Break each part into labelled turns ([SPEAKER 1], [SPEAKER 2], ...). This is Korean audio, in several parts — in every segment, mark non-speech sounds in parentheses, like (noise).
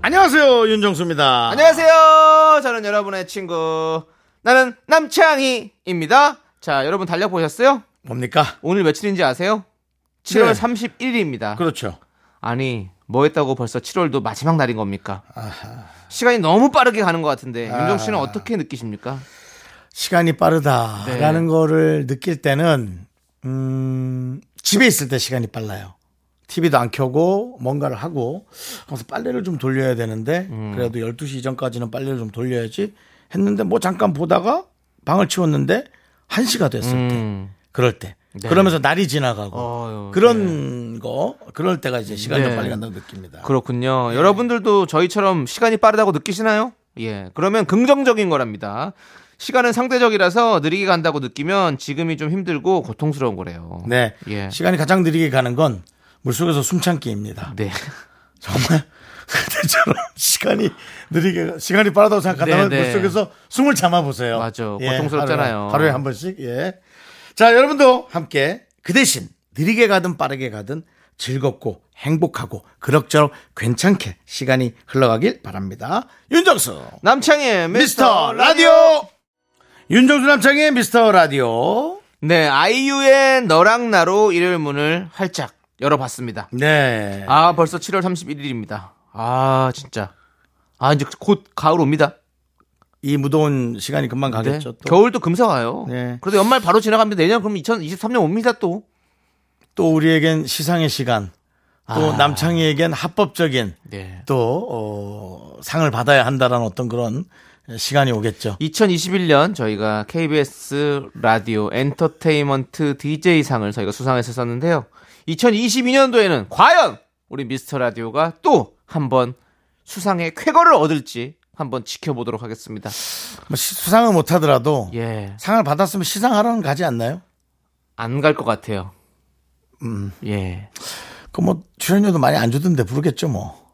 [SPEAKER 1] 안녕하세요 윤정수입니다.
[SPEAKER 2] 안녕하세요. 저는 여러분의 친구. 나는 남창희입니다. 자, 여러분 달력 보셨어요?
[SPEAKER 1] 뭡니까?
[SPEAKER 2] 오늘 며칠인지 아세요?
[SPEAKER 1] 네.
[SPEAKER 2] 7월 31일입니다.
[SPEAKER 1] 그렇죠.
[SPEAKER 2] 아니, 뭐 했다고 벌써 7월도 마지막 날인 겁니까? 시간이 너무 빠르게 가는 것 같은데,
[SPEAKER 1] 아.
[SPEAKER 2] 윤정 씨는 어떻게 느끼십니까?
[SPEAKER 1] 시간이
[SPEAKER 2] 네.
[SPEAKER 1] 빠르다라는 거를 느낄 때는 음, 집에 있을 때 시간이 빨라요. TV도 안 켜고 뭔가를 하고 항상 빨래를 좀 돌려야 되는데 그래도 12시 이전까지는 빨래를 좀 돌려야지 했는데 뭐 잠깐 보다가 방을 치웠는데 1시가 됐을
[SPEAKER 2] 음.
[SPEAKER 1] 때 그럴 때 그러면서 날이 지나가고
[SPEAKER 2] 어휴,
[SPEAKER 1] 그런 거 그럴 때가 이제 시간이
[SPEAKER 2] 네.
[SPEAKER 1] 좀 빨리 간다고 느낍니다. 예.
[SPEAKER 2] 그렇군요. 여러분들도 저희처럼 시간이 빠르다고 느끼시나요? 예. 그러면 긍정적인 거랍니다. 시간은 상대적이라서 느리게 간다고 느끼면 지금이 좀 힘들고 고통스러운 거래요.
[SPEAKER 1] 네.
[SPEAKER 2] 예.
[SPEAKER 1] 시간이 가장 느리게 가는 건 물속에서 숨참기입니다.
[SPEAKER 2] 네.
[SPEAKER 1] 정말 (laughs) 그때처럼 시간이 느리게 가- 시간이 빠르다고 생각한다면
[SPEAKER 2] 네, 네.
[SPEAKER 1] 물속에서 숨을 참아 보세요. 예,
[SPEAKER 2] 맞아. 고통스럽잖아요.
[SPEAKER 1] 하루에, 하루에 한 번씩. 예. 자, 여러분도 함께 그 대신 느리게 가든 빠르게 가든 즐겁고 행복하고 그럭저럭 괜찮게 시간이 흘러가길 바랍니다. 윤정수
[SPEAKER 2] 남창의
[SPEAKER 1] 미스터 라디오 윤정수 남창의 미스터 라디오
[SPEAKER 2] 네, 아이유의 너랑 나로 일요일 문을 활짝 열어봤습니다.
[SPEAKER 1] 네.
[SPEAKER 2] 아, 벌써 7월 31일입니다. 아, 진짜. 아, 이제 곧 가을 옵니다.
[SPEAKER 1] 이 무더운 시간이 금방
[SPEAKER 2] 네.
[SPEAKER 1] 가겠죠. 또.
[SPEAKER 2] 겨울도 금세 와요.
[SPEAKER 1] 네.
[SPEAKER 2] 그래도 연말 바로 지나갑니다. 내년 그럼 2023년 옵니다 또.
[SPEAKER 1] 또 우리에겐 시상의 시간,
[SPEAKER 2] 아.
[SPEAKER 1] 또 남창희에겐 합법적인
[SPEAKER 2] 네.
[SPEAKER 1] 또 어, 상을 받아야 한다라는 어떤 그런 시간이 오겠죠.
[SPEAKER 2] 2021년 저희가 KBS 라디오 엔터테인먼트 DJ상을 저희가 수상했었는데요. 2022년도에는 과연 우리 미스터 라디오가 또 한번 수상의 쾌거를 얻을지 한번 지켜보도록 하겠습니다.
[SPEAKER 1] 뭐 시- 수상을 못하더라도
[SPEAKER 2] 예.
[SPEAKER 1] 상을 받았으면 시상하러는 가지 않나요?
[SPEAKER 2] 안 갈 것 같아요.
[SPEAKER 1] 음.
[SPEAKER 2] 예.
[SPEAKER 1] 그 뭐 출연료도 많이 안 주던데 부르겠죠 뭐.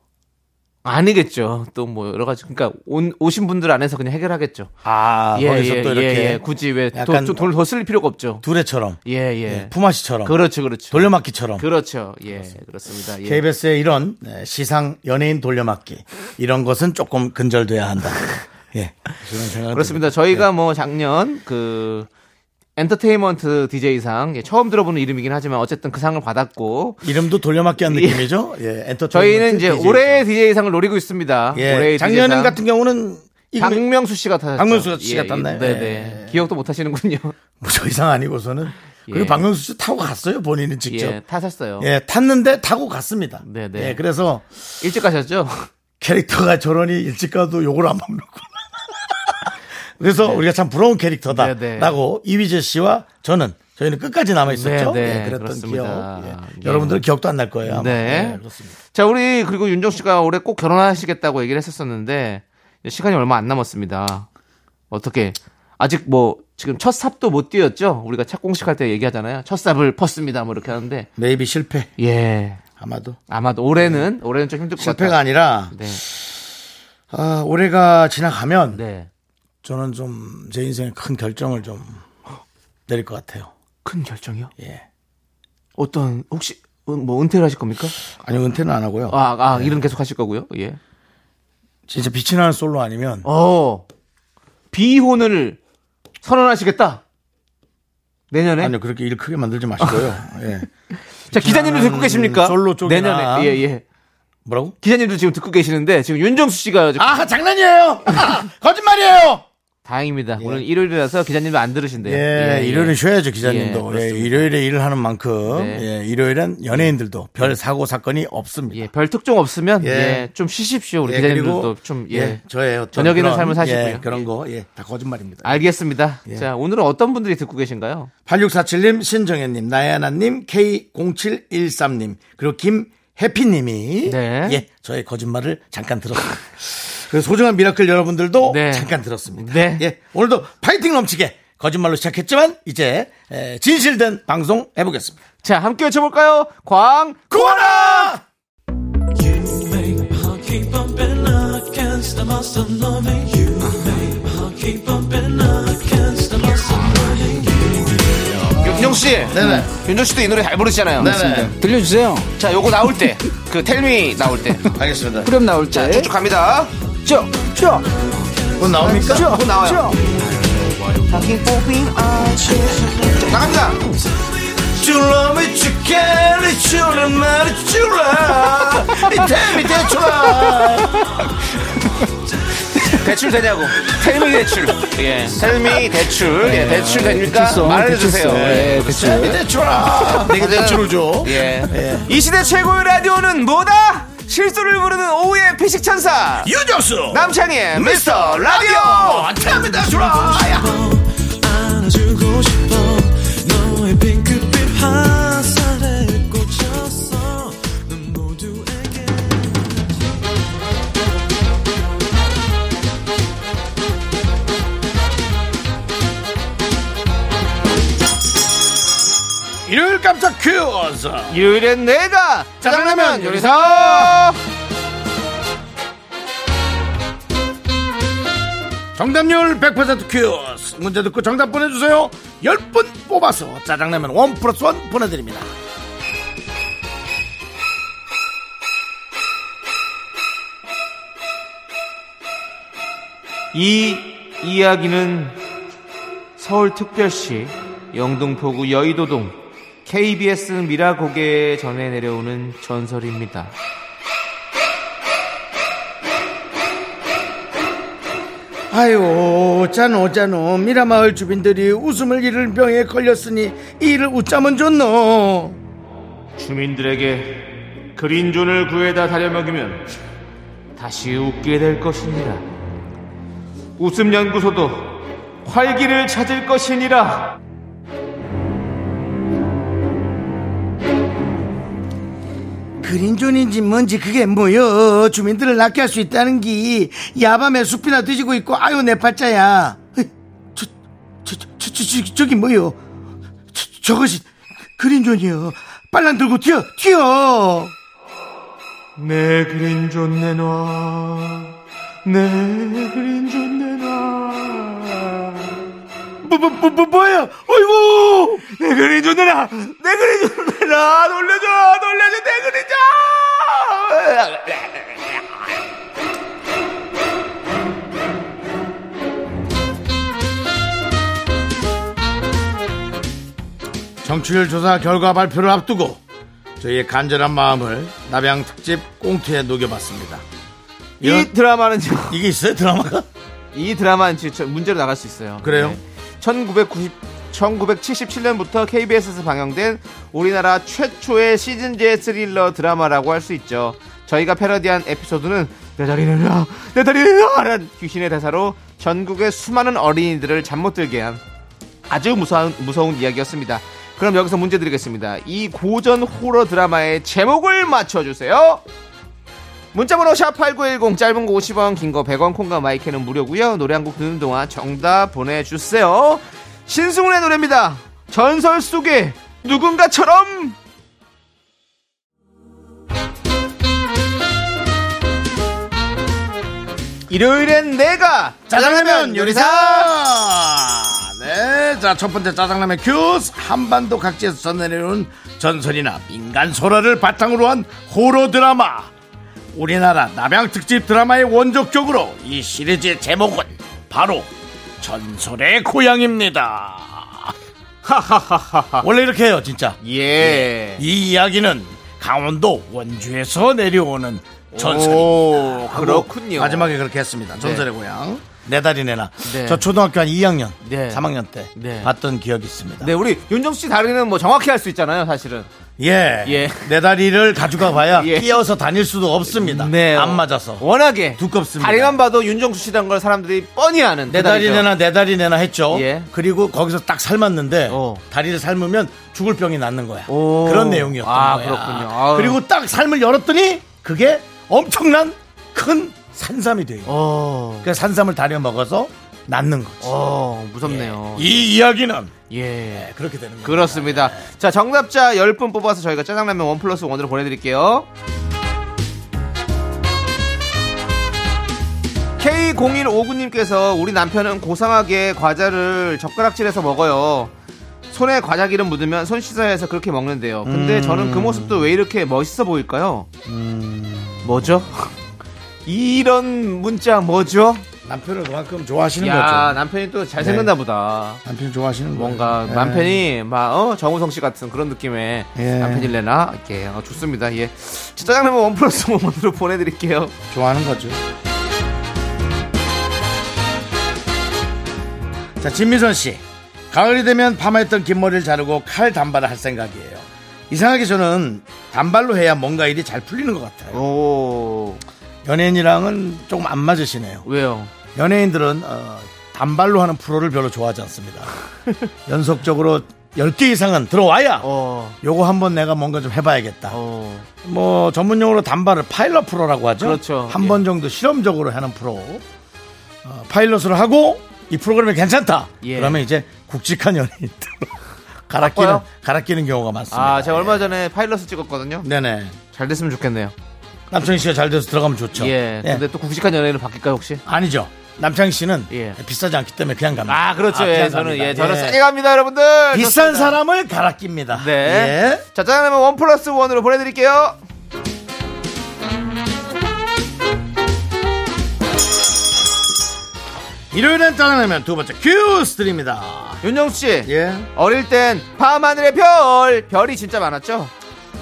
[SPEAKER 2] 아니겠죠. 또 뭐 여러 가지. 그러니까 온, 오신 분들 안에서 그냥 해결하겠죠.
[SPEAKER 1] 아
[SPEAKER 2] 예,
[SPEAKER 1] 거기서
[SPEAKER 2] 예,
[SPEAKER 1] 또 이렇게
[SPEAKER 2] 예, 예. 굳이 왜
[SPEAKER 1] 약간
[SPEAKER 2] 돈을 더 쓸 필요가 없죠.
[SPEAKER 1] 두레처럼,
[SPEAKER 2] 예, 예.
[SPEAKER 1] 품앗이처럼,
[SPEAKER 2] 그렇죠, 그렇죠.
[SPEAKER 1] 돌려막기처럼.
[SPEAKER 2] 그렇죠. 예, 그렇습니다. 예.
[SPEAKER 1] KBS의 이런 네, 시상 연예인 돌려막기 이런 것은 조금 근절돼야
[SPEAKER 2] (laughs)
[SPEAKER 1] 한다. 예, 그런 생각을
[SPEAKER 2] 그렇습니다. 저희가
[SPEAKER 1] 네.
[SPEAKER 2] 뭐 작년 그 엔터테인먼트 DJ상 예, 처음 들어보는 이름이긴 하지만 어쨌든 그 상을 받았고
[SPEAKER 1] 이름도 돌려막기 한 느낌이죠. 예, 엔터테인먼트.
[SPEAKER 2] 저희는 이제
[SPEAKER 1] DJ.
[SPEAKER 2] 올해의 DJ상을 노리고 있습니다.
[SPEAKER 1] 예,
[SPEAKER 2] 올해의
[SPEAKER 1] 작년
[SPEAKER 2] DJ 상.
[SPEAKER 1] 같은 경우는 이거
[SPEAKER 2] 박명수 씨가 탔죠.
[SPEAKER 1] 박명수 씨가 탔나요?
[SPEAKER 2] 네,
[SPEAKER 1] 예.
[SPEAKER 2] 네. 기억도 못 하시는군요. (laughs)
[SPEAKER 1] 뭐저 이상 아니고서는 그리고
[SPEAKER 2] 예.
[SPEAKER 1] 박명수 씨 타고 갔어요 본인은 직접.
[SPEAKER 2] 예,
[SPEAKER 1] 예.
[SPEAKER 2] 타셨어요.
[SPEAKER 1] 탔는데 타고 갔습니다.
[SPEAKER 2] 네, 네.
[SPEAKER 1] 예, 그래서
[SPEAKER 2] 일찍 가셨죠?
[SPEAKER 1] 캐릭터가 저러니 일찍 가도 욕을 안 먹는구나. (laughs) 그래서 우리가 참 부러운 캐릭터다.
[SPEAKER 2] 네, 네.
[SPEAKER 1] 라고 이휘재 씨와 저는 저희는 끝까지 남아 있었죠.
[SPEAKER 2] 네, 네,
[SPEAKER 1] 예, 그랬던
[SPEAKER 2] 그렇습니다.
[SPEAKER 1] 기억. 예.
[SPEAKER 2] 예.
[SPEAKER 1] 여러분들 기억도 안 날 거예요. 아마.
[SPEAKER 2] 네.
[SPEAKER 1] 예, 그렇습니다.
[SPEAKER 2] 자, 우리 그리고 윤정 씨가 올해 꼭 결혼하시겠다고 얘기를 했었었는데 이제 시간이 얼마 안 남았습니다. 어떻게 아직 뭐 지금 첫 삽도 못 뛰었죠? 우리가 첫 공식할 때 얘기하잖아요. 첫 삽을 펐습니다. 뭐 이렇게 하는데
[SPEAKER 1] 메이비 실패
[SPEAKER 2] 예
[SPEAKER 1] 아마도
[SPEAKER 2] 아마도 올해는 올해는 좀 힘들 것
[SPEAKER 1] 실패가
[SPEAKER 2] 네. 같아요.
[SPEAKER 1] 아니라
[SPEAKER 2] 네,
[SPEAKER 1] 아, 올해가 지나가면
[SPEAKER 2] 네.
[SPEAKER 1] 저는 좀 제 인생에 큰 결정을 좀 내릴 것 같아요.
[SPEAKER 2] 큰 결정이요?
[SPEAKER 1] 예.
[SPEAKER 2] 어떤 혹시 은- 뭐 은퇴를 하실 겁니까?
[SPEAKER 1] 아니 은퇴는 안 하고요.
[SPEAKER 2] 아, 아 일은 계속 하실 거고요. 예.
[SPEAKER 1] 진짜 빛이 나는 솔로 아니면
[SPEAKER 2] 어 비혼을 선언하시겠다. 내년에.
[SPEAKER 1] 아니요 그렇게 일 크게 만들지 마시고요.
[SPEAKER 2] 아.
[SPEAKER 1] 예.
[SPEAKER 2] 자 기자님도
[SPEAKER 1] 음,
[SPEAKER 2] 듣고 계십니까?
[SPEAKER 1] 솔로 아. 쪽이나.
[SPEAKER 2] 내년에. 예 예.
[SPEAKER 1] 뭐라고?
[SPEAKER 2] 기자님도 지금 듣고 계시는데 지금 윤정수 씨가 지금-
[SPEAKER 1] 아
[SPEAKER 2] (laughs)
[SPEAKER 1] 장난이에요. 아, 거짓말이에요.
[SPEAKER 2] 다행입니다. 오늘 일요일이라서 기자님도 안 들으신대요.
[SPEAKER 1] 예,
[SPEAKER 2] 예,
[SPEAKER 1] 일요일은 쉬어야죠
[SPEAKER 2] 예,
[SPEAKER 1] 기자님도. 예,
[SPEAKER 2] 그렇습니다.
[SPEAKER 1] 일요일에 일을 하는 만큼
[SPEAKER 2] 네.
[SPEAKER 1] 예, 일요일엔 연예인들도 별 사고 사건이 없습니다.
[SPEAKER 2] 예, 별 특종 없으면
[SPEAKER 1] 예.
[SPEAKER 2] 예. 좀 쉬십시오. 우리
[SPEAKER 1] 예,
[SPEAKER 2] 기자님들도 좀 예.
[SPEAKER 1] 저의 어떤
[SPEAKER 2] 저녁에는
[SPEAKER 1] 그런,
[SPEAKER 2] 삶을 사시고요.
[SPEAKER 1] 예, 그런 거 예 다 거짓말입니다.
[SPEAKER 2] 알겠습니다.
[SPEAKER 1] 예.
[SPEAKER 2] 자, 오늘은 어떤 분들이 듣고 계신가요?
[SPEAKER 1] 8647님, 신정현님, 나야나님, K0713님, 그리고 김해피님이
[SPEAKER 2] 네.
[SPEAKER 1] 예 저의 거짓말을 잠깐 들었습니다. 그 소중한 미라클 여러분들도
[SPEAKER 2] 네.
[SPEAKER 1] 잠깐 들었습니다.
[SPEAKER 2] 네.
[SPEAKER 1] 예, 오늘도 파이팅 넘치게 거짓말로 시작했지만 이제 에, 진실된 방송 해보겠습니다.
[SPEAKER 2] 자, 함께 외쳐볼까요? 광, 아,
[SPEAKER 1] 구하라!
[SPEAKER 2] 윤정씨. 네네. 윤정씨도 이 노래 잘 부르시잖아요.
[SPEAKER 1] 네네.
[SPEAKER 3] 들려주세요.
[SPEAKER 2] 자, 요거 나올 때. 그, 텔미 나올 때.
[SPEAKER 1] (laughs) 알겠습니다.
[SPEAKER 3] 그럼 나올 때.
[SPEAKER 2] 쭉쭉 갑니다.
[SPEAKER 3] 쭉, 쭉,
[SPEAKER 1] 곧 나옵니까?
[SPEAKER 3] 쭉,
[SPEAKER 2] 뭐 나와요?
[SPEAKER 3] 쭉.
[SPEAKER 2] 나갑니다.
[SPEAKER 1] You love me, you care, you love me, you love me, tell me that you love.
[SPEAKER 2] (laughs) 대출 되냐고. 텔미 대출. 예. 텔미 대출. 예, 대출 됩니까?
[SPEAKER 3] 아, 대출성,
[SPEAKER 2] 말해주세요.
[SPEAKER 1] 네,
[SPEAKER 2] 예.
[SPEAKER 3] 대출성. 예,
[SPEAKER 1] Tell
[SPEAKER 3] 대출.
[SPEAKER 1] me that you love. 내가 대출을 줘.
[SPEAKER 2] 예. 이 시대 최고의 라디오는 뭐다? 실수를 부르는 오후의 피식천사.
[SPEAKER 1] 유정수
[SPEAKER 2] 남창희의 미스터 라디오.
[SPEAKER 1] 라디오 Tell me that you love. 일요일 깜짝 퀴즈
[SPEAKER 2] 일요일엔 내가 짜장라면 요리사
[SPEAKER 1] 정답률 100% 퀴즈 문제 듣고 정답 보내주세요 10분 뽑아서 짜장라면 원 플러스 원 보내드립니다
[SPEAKER 2] 이 이야기는 서울특별시 영등포구 여의도동 KBS 미라고개 전해 내려오는 전설입니다
[SPEAKER 1] 아유 오짜노 오짜노 미라마을 주민들이 웃음을 잃을 병에 걸렸으니 이를 웃자면 좋노
[SPEAKER 2] 주민들에게 그린존을 구해다 다려먹이면 다시 웃게 될 것이니라 웃음연구소도 활기를 찾을 것이니라
[SPEAKER 1] 그린존인지 뭔지 그게 뭐여 주민들을 낫게 할 수 있다는 게 야밤에 숲이나 뒤지고 있고 아유 내 팔자야 헤, 저, 저, 저, 저, 저, 저, 저기 뭐여 저, 저것이 그린존이여 빨란 들고 튀어 튀어
[SPEAKER 2] 내 그린 존 내놔 내 그린 존 내놔
[SPEAKER 1] 뭐, 뭐, 뭐, 뭐, 뭐야 어이구
[SPEAKER 2] 내 그린 존 내놔 내 그린 존 내놔 놀려줘 놀려줘 내 그린 존
[SPEAKER 1] 정치율 조사 결과 발표를 앞두고 저희의 간절한 마음을 남양 특집 꽁트에 녹여봤습니다.
[SPEAKER 2] 이
[SPEAKER 1] 이런-
[SPEAKER 2] 드라마는요
[SPEAKER 1] 이게 있어요 드라마가?
[SPEAKER 2] 이 드라마는 진짜 문제로 나갈 수 있어요 네.
[SPEAKER 1] 그래요?
[SPEAKER 2] 1990 1977년부터 KBS에서 방영된 우리나라 최초의 시즌제 스릴러 드라마라고 할 수 있죠. 저희가 패러디한 에피소드는 내 다리 내놔, 내 다리 내놔라는 귀신의 대사로 전국의 수많은 어린이들을 잠 못 들게 한 아주 무서운, 무서운 이야기였습니다. 그럼 여기서 문제 드리겠습니다. 이 고전 호러 드라마의 제목을 맞춰주세요. 문자번호 샵8910 짧은 거 50원 긴 거 100원 콩과 마이크는 무료고요 노래 한 곡 듣는 동안 정답 보내주세요 신승훈의 노래입니다 전설 속에 누군가처럼 일요일엔 내가
[SPEAKER 1] 짜장라면 요리사! 네, 자, 첫 번째 짜장라면 큐스. 한반도 각지에서 전해내려온 전설이나 민간 소라를 바탕으로 한 호러 드라마. 우리나라 남양 특집 드라마의 원조격으로 이 시리즈의 제목은 바로 전설의 고향입니다. 하하하하. 원래 이렇게 해요, 진짜.
[SPEAKER 2] 예
[SPEAKER 1] 이 이야기는 강원도 원주에서 내려오는 전설입니다.
[SPEAKER 2] 오,
[SPEAKER 1] 하고
[SPEAKER 2] 그렇군요
[SPEAKER 1] 마지막에 그렇게 했습니다. 전설의 고향. 내 다리 내놔.
[SPEAKER 2] 네.
[SPEAKER 1] 저 초등학교 한 2학년,
[SPEAKER 2] 네.
[SPEAKER 1] 3학년 때
[SPEAKER 2] 네.
[SPEAKER 1] 봤던 기억이 있습니다.
[SPEAKER 2] 네 우리 윤정수 씨 다리는 뭐 정확히 할 수 있잖아요 사실은
[SPEAKER 1] 예.
[SPEAKER 2] 예.
[SPEAKER 1] 내 다리를 가져가 봐야
[SPEAKER 2] (laughs) 예.
[SPEAKER 1] 끼어서 다닐 수도 없습니다.
[SPEAKER 2] 네.
[SPEAKER 1] 안 맞아서.
[SPEAKER 2] 워낙에
[SPEAKER 1] 두껍습니다.
[SPEAKER 2] 다리만 봐도 윤정수 씨라는 걸 사람들이 뻔히 아는
[SPEAKER 1] 내네 다리 내놔, 내 다리 내놔 했죠.
[SPEAKER 2] 네 예.
[SPEAKER 1] 그리고 거기서 딱 삶았는데
[SPEAKER 2] 어.
[SPEAKER 1] 다리를 삶으면 죽을 병이 낫는 거야.
[SPEAKER 2] 오.
[SPEAKER 1] 그런 내용이었던
[SPEAKER 2] 아,
[SPEAKER 1] 거야.
[SPEAKER 2] 그렇군요. 아유.
[SPEAKER 1] 그리고 딱 삶을 열었더니 그게 엄청난 큰 산삼이 돼요.
[SPEAKER 2] 어,
[SPEAKER 1] 그러니까 산삼을 다려 먹어서 낫는 거지.
[SPEAKER 2] 어, 무섭네요.
[SPEAKER 1] 이 이야기는
[SPEAKER 2] 예.
[SPEAKER 1] 그렇게 되는 거예요.
[SPEAKER 2] 그렇습니다. 자, 정답자 10분 뽑아서 저희가 짜장라면 원 플러스 원으로 보내드릴게요. K0159님께서 우리 남편은 고상하게 과자를 젓가락질해서 먹어요. 손에 과자 기름 묻으면 손 씻어야 해서 그렇게 먹는데요. 근데 저는 그 모습도 왜 이렇게 멋있어 보일까요? 뭐죠? 음. 이런 문자 뭐죠?
[SPEAKER 1] 남편을 그만큼 좋아하시는
[SPEAKER 2] 야,
[SPEAKER 1] 거죠.
[SPEAKER 2] 남편이 또 잘생겼나 보다.
[SPEAKER 1] 남편 좋아하시는
[SPEAKER 2] 뭔가
[SPEAKER 1] 거예요. 예.
[SPEAKER 2] 남편이 막 어, 정우성 씨 같은 그런 느낌의
[SPEAKER 1] 예.
[SPEAKER 2] 남편일래나 이렇게 어, 좋습니다. 예, 짜장라면 원 플러스 원으로 (laughs) 보내드릴게요.
[SPEAKER 1] 좋아하는 거죠. 자, 진미선 씨. 가을이 되면 파마했던 긴 머리를 자르고 칼 단발을 할 생각이에요. 이상하게 저는 단발로 해야 뭔가 일이 잘 풀리는 것 같아요.
[SPEAKER 2] 오
[SPEAKER 1] 연예인이랑은 조금 안 맞으시네요.
[SPEAKER 2] 왜요?
[SPEAKER 1] 연예인들은 어, 단발로 하는 프로를 별로 좋아하지
[SPEAKER 2] (laughs)
[SPEAKER 1] 않습니다. 연속적으로 10개 이상은 들어와야
[SPEAKER 2] 어,
[SPEAKER 1] 요거 한번 내가 뭔가 좀 해봐야겠다.
[SPEAKER 2] 어,
[SPEAKER 1] 뭐 전문용어로 단발을 파일럿 프로라고 하죠.
[SPEAKER 2] 그렇죠.
[SPEAKER 1] 한 번 정도 실험적으로 하는 프로. 어, 파일럿으로 하고 이 프로그램이 괜찮다.
[SPEAKER 2] 예.
[SPEAKER 1] 그러면 이제 굵직한 연예인들로 (laughs) 갈아끼는
[SPEAKER 2] 바꿔요?
[SPEAKER 1] 갈아끼는 경우가 많습니다.
[SPEAKER 2] 아 제가
[SPEAKER 1] 예.
[SPEAKER 2] 얼마 전에 파일럿을 찍었거든요.
[SPEAKER 1] 네네.
[SPEAKER 2] 잘 됐으면 좋겠네요.
[SPEAKER 1] 남창희 씨가 잘 돼서 들어가면 좋죠.
[SPEAKER 2] 예,
[SPEAKER 1] 예. 음.
[SPEAKER 2] 근데 또 굵직한 연예인을 바뀔까 요 혹시?
[SPEAKER 1] 아니죠. 남창희 씨는
[SPEAKER 2] 예.
[SPEAKER 1] 비싸지 않기 때문에 그냥 갑니다.
[SPEAKER 2] 아 그렇죠.
[SPEAKER 1] 그냥
[SPEAKER 2] 예, 저는
[SPEAKER 1] 갑니다.
[SPEAKER 2] 예, 저는
[SPEAKER 1] 예.
[SPEAKER 2] 싸게 갑니다, 여러분들.
[SPEAKER 1] 비싼
[SPEAKER 2] 좋습니다.
[SPEAKER 1] 사람을 갈아낍니다.
[SPEAKER 2] 네.
[SPEAKER 1] 예.
[SPEAKER 2] 자, 짜장라면 원 플러스 원으로 보내드릴게요.
[SPEAKER 1] 일요일엔 짜장라면 두 번째 큐스 드립니다.
[SPEAKER 2] 윤정수 씨,
[SPEAKER 1] 예.
[SPEAKER 2] 어릴 땐 밤하늘의 별, 별이 진짜 많았죠?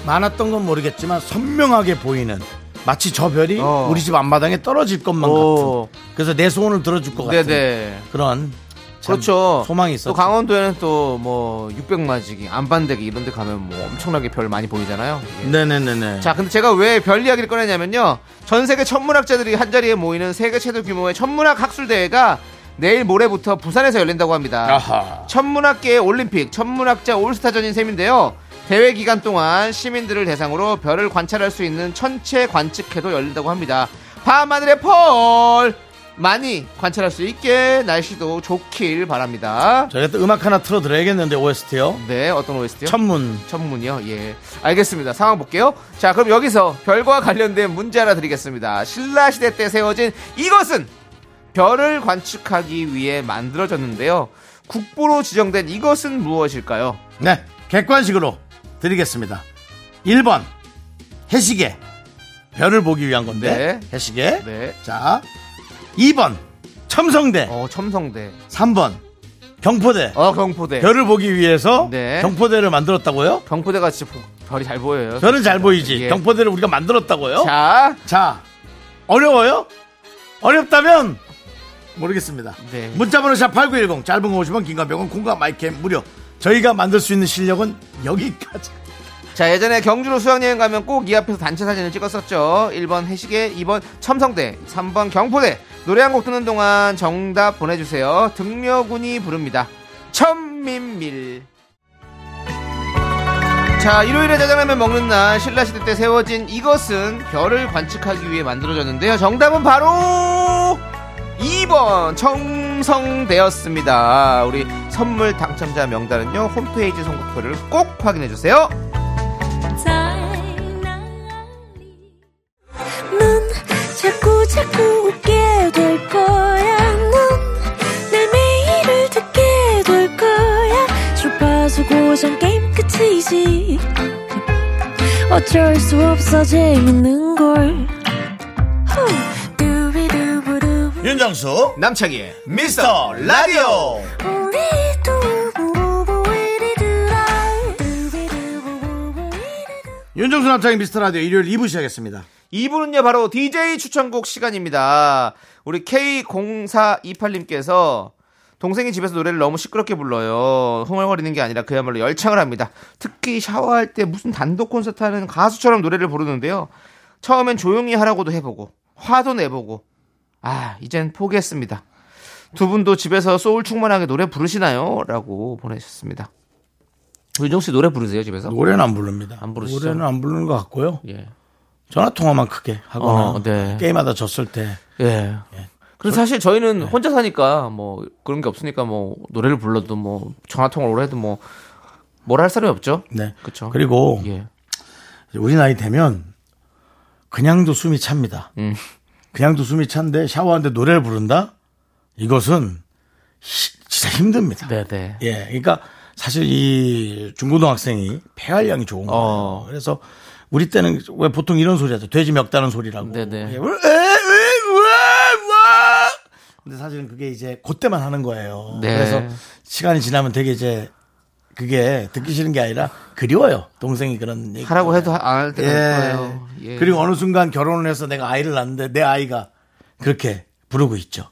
[SPEAKER 1] 많았던 건 모르겠지만 선명하게 보이는 마치 저 별이
[SPEAKER 2] 어.
[SPEAKER 1] 우리 집 앞마당에 떨어질 것만
[SPEAKER 2] 오.
[SPEAKER 1] 같은 그래서 내 소원을 들어줄 것 같은
[SPEAKER 2] 네네.
[SPEAKER 1] 그런 참
[SPEAKER 2] 그렇죠.
[SPEAKER 1] 소망이 있었죠
[SPEAKER 2] 또 강원도에는 또 뭐 600마지기, 안반대기 이런 데 가면 뭐 엄청나게 별 많이 보이잖아요. 예.
[SPEAKER 1] 네네네네
[SPEAKER 2] 자, 근데 제가 왜 별 이야기를 꺼내냐면요. 전 세계 천문학자들이 한 자리에 모이는 세계 최대 규모의 천문학 학술 대회가 내일 모레부터 부산에서 열린다고 합니다.
[SPEAKER 1] 아하
[SPEAKER 2] 천문학계의 올림픽 천문학자 올스타전인 셈인데요. 대회 기간 동안 시민들을 대상으로 별을 관찰할 수 있는 천체 관측회도 열린다고 합니다. 밤하늘의 펄 많이 관찰할 수 있게 날씨도 좋길 바랍니다.
[SPEAKER 1] 저희가 또 음악 하나 틀어드려야겠는데 OST요
[SPEAKER 2] 네, 어떤 OST요?
[SPEAKER 1] 천문
[SPEAKER 2] 천문이요? 예. 알겠습니다. 상황 볼게요. 자, 그럼 여기서 별과 관련된 문제 하나 드리겠습니다. 신라시대 때 세워진 이것은 별을 관측하기 위해 만들어졌는데요. 국보로 지정된 이것은 무엇일까요?
[SPEAKER 1] 네 객관식으로 드리겠습니다 1번 해시계 별을 보기 위한 건데
[SPEAKER 2] 네.
[SPEAKER 1] 해시계
[SPEAKER 2] 네.
[SPEAKER 1] 자 2번 첨성대
[SPEAKER 2] 어, 첨성대.
[SPEAKER 1] 3번 경포대
[SPEAKER 2] 어, 경포대.
[SPEAKER 1] 별을 보기 위해서
[SPEAKER 2] 네.
[SPEAKER 1] 경포대를 만들었다고요?
[SPEAKER 2] 경포대가 진짜 보- 별이 잘 보여요.
[SPEAKER 1] 별은 어, 잘 보이지.
[SPEAKER 2] 예.
[SPEAKER 1] 경포대를 우리가 만들었다고요? 자.
[SPEAKER 2] 자,
[SPEAKER 1] 어려워요? 어렵다면 모르겠습니다.
[SPEAKER 2] 네.
[SPEAKER 1] 문자번호 샵 8910 짧은 거 50원 긴건 100원 공과 마이크 무료. 저희가 만들 수 있는 실력은 여기까지.
[SPEAKER 2] 자, 예전에 경주로 수학여행 가면 꼭 이 앞에서 단체 사진을 찍었었죠. 1번 해시계, 2번 첨성대, 3번 경포대. 노래 한 곡 듣는 동안 정답 보내주세요. 등려군이 부릅니다. 천민밀. 자, 일요일에 짜장라면 먹는 날 신라시대 때 세워진 이것은 별을 관측하기 위해 만들어졌는데요. 정답은 바로 2번 청성대였습니다. 우리 선물 당첨자 명단은요. 홈페이지 선곡표를 꼭 확인해 주세요.
[SPEAKER 3] 넌 자꾸 자꾸 웃게 될 거야. 넌내 매일을 듣게 될 거야. 주파수 고정 게임 끝이지. 어쩔 수 없어 재밌는 걸. 후. 두비두부두.
[SPEAKER 1] 윤정수
[SPEAKER 2] 남창희의
[SPEAKER 1] 미스터 라디오.
[SPEAKER 3] 우리 두부부부 우리 두라. 두비두부부부 우리 두라.
[SPEAKER 1] 윤정수 남창의 미스터 라디오 일요일 2부 시작했습니다.
[SPEAKER 2] 2부는요 바로 DJ 추천곡 시간입니다 우리 K0428님께서 동생이 집에서 노래를 너무 시끄럽게 불러요 흥얼거리는 게 아니라 그야말로 열창을 합니다 특히 샤워할 때 무슨 단독 콘서트 하는 가수처럼 노래를 부르는데요 처음엔 조용히 하라고도 해보고 화도 내보고 아 이젠 포기했습니다 두 분도 집에서 소울 충만하게 노래 부르시나요? 라고 보내셨습니다 그 윤종씨 노래 부르세요 집에서?
[SPEAKER 1] 노래는 안 부릅니다.
[SPEAKER 2] 안 부르시죠?
[SPEAKER 1] 노래는 안 부르는 것 같고요.
[SPEAKER 2] 예.
[SPEAKER 1] 전화 통화만 크게 하거나
[SPEAKER 2] 어, 네.
[SPEAKER 1] 게임하다 졌을 때
[SPEAKER 2] 예. 그래서 사실 저희는
[SPEAKER 1] 예.
[SPEAKER 2] 혼자 사니까 뭐 그런 게 없으니까 뭐 노래를 불러도 뭐 전화 통화를 오래 해도 뭐 뭐라 할 사람이 없죠.
[SPEAKER 1] 네.
[SPEAKER 2] 그렇죠.
[SPEAKER 1] 그리고
[SPEAKER 2] 예.
[SPEAKER 1] 우리 나이 되면 그냥도 숨이 찹니다.
[SPEAKER 2] 음.
[SPEAKER 1] 그냥도 숨이 찬데 샤워하는데 노래를 부른다? 이것은 히- 진짜 힘듭니다.
[SPEAKER 2] 네, 네.
[SPEAKER 1] 예. 그러니까 사실 이 중고등학생이 폐활량이 좋은 거예요.
[SPEAKER 2] 어.
[SPEAKER 1] 그래서 우리 때는 왜 보통 이런 소리 하죠. 돼지 멱다는 소리라고.
[SPEAKER 2] 네네.
[SPEAKER 1] 예, 왜, 왜, 왜, 와! 근데 사실은 그게 이제 그때만 하는 거예요.
[SPEAKER 2] 네.
[SPEAKER 1] 그래서 시간이 지나면 되게 이제 그게 듣기 싫은 게 아니라 그리워요. 동생이 그런 얘기.
[SPEAKER 2] 하라고 해도 아, 안할 때가
[SPEAKER 1] 예.
[SPEAKER 2] 있어요. 예.
[SPEAKER 1] 그리고 어느 순간 결혼을 해서 내가 아이를 낳는데 내 아이가 그렇게 부르고 있죠.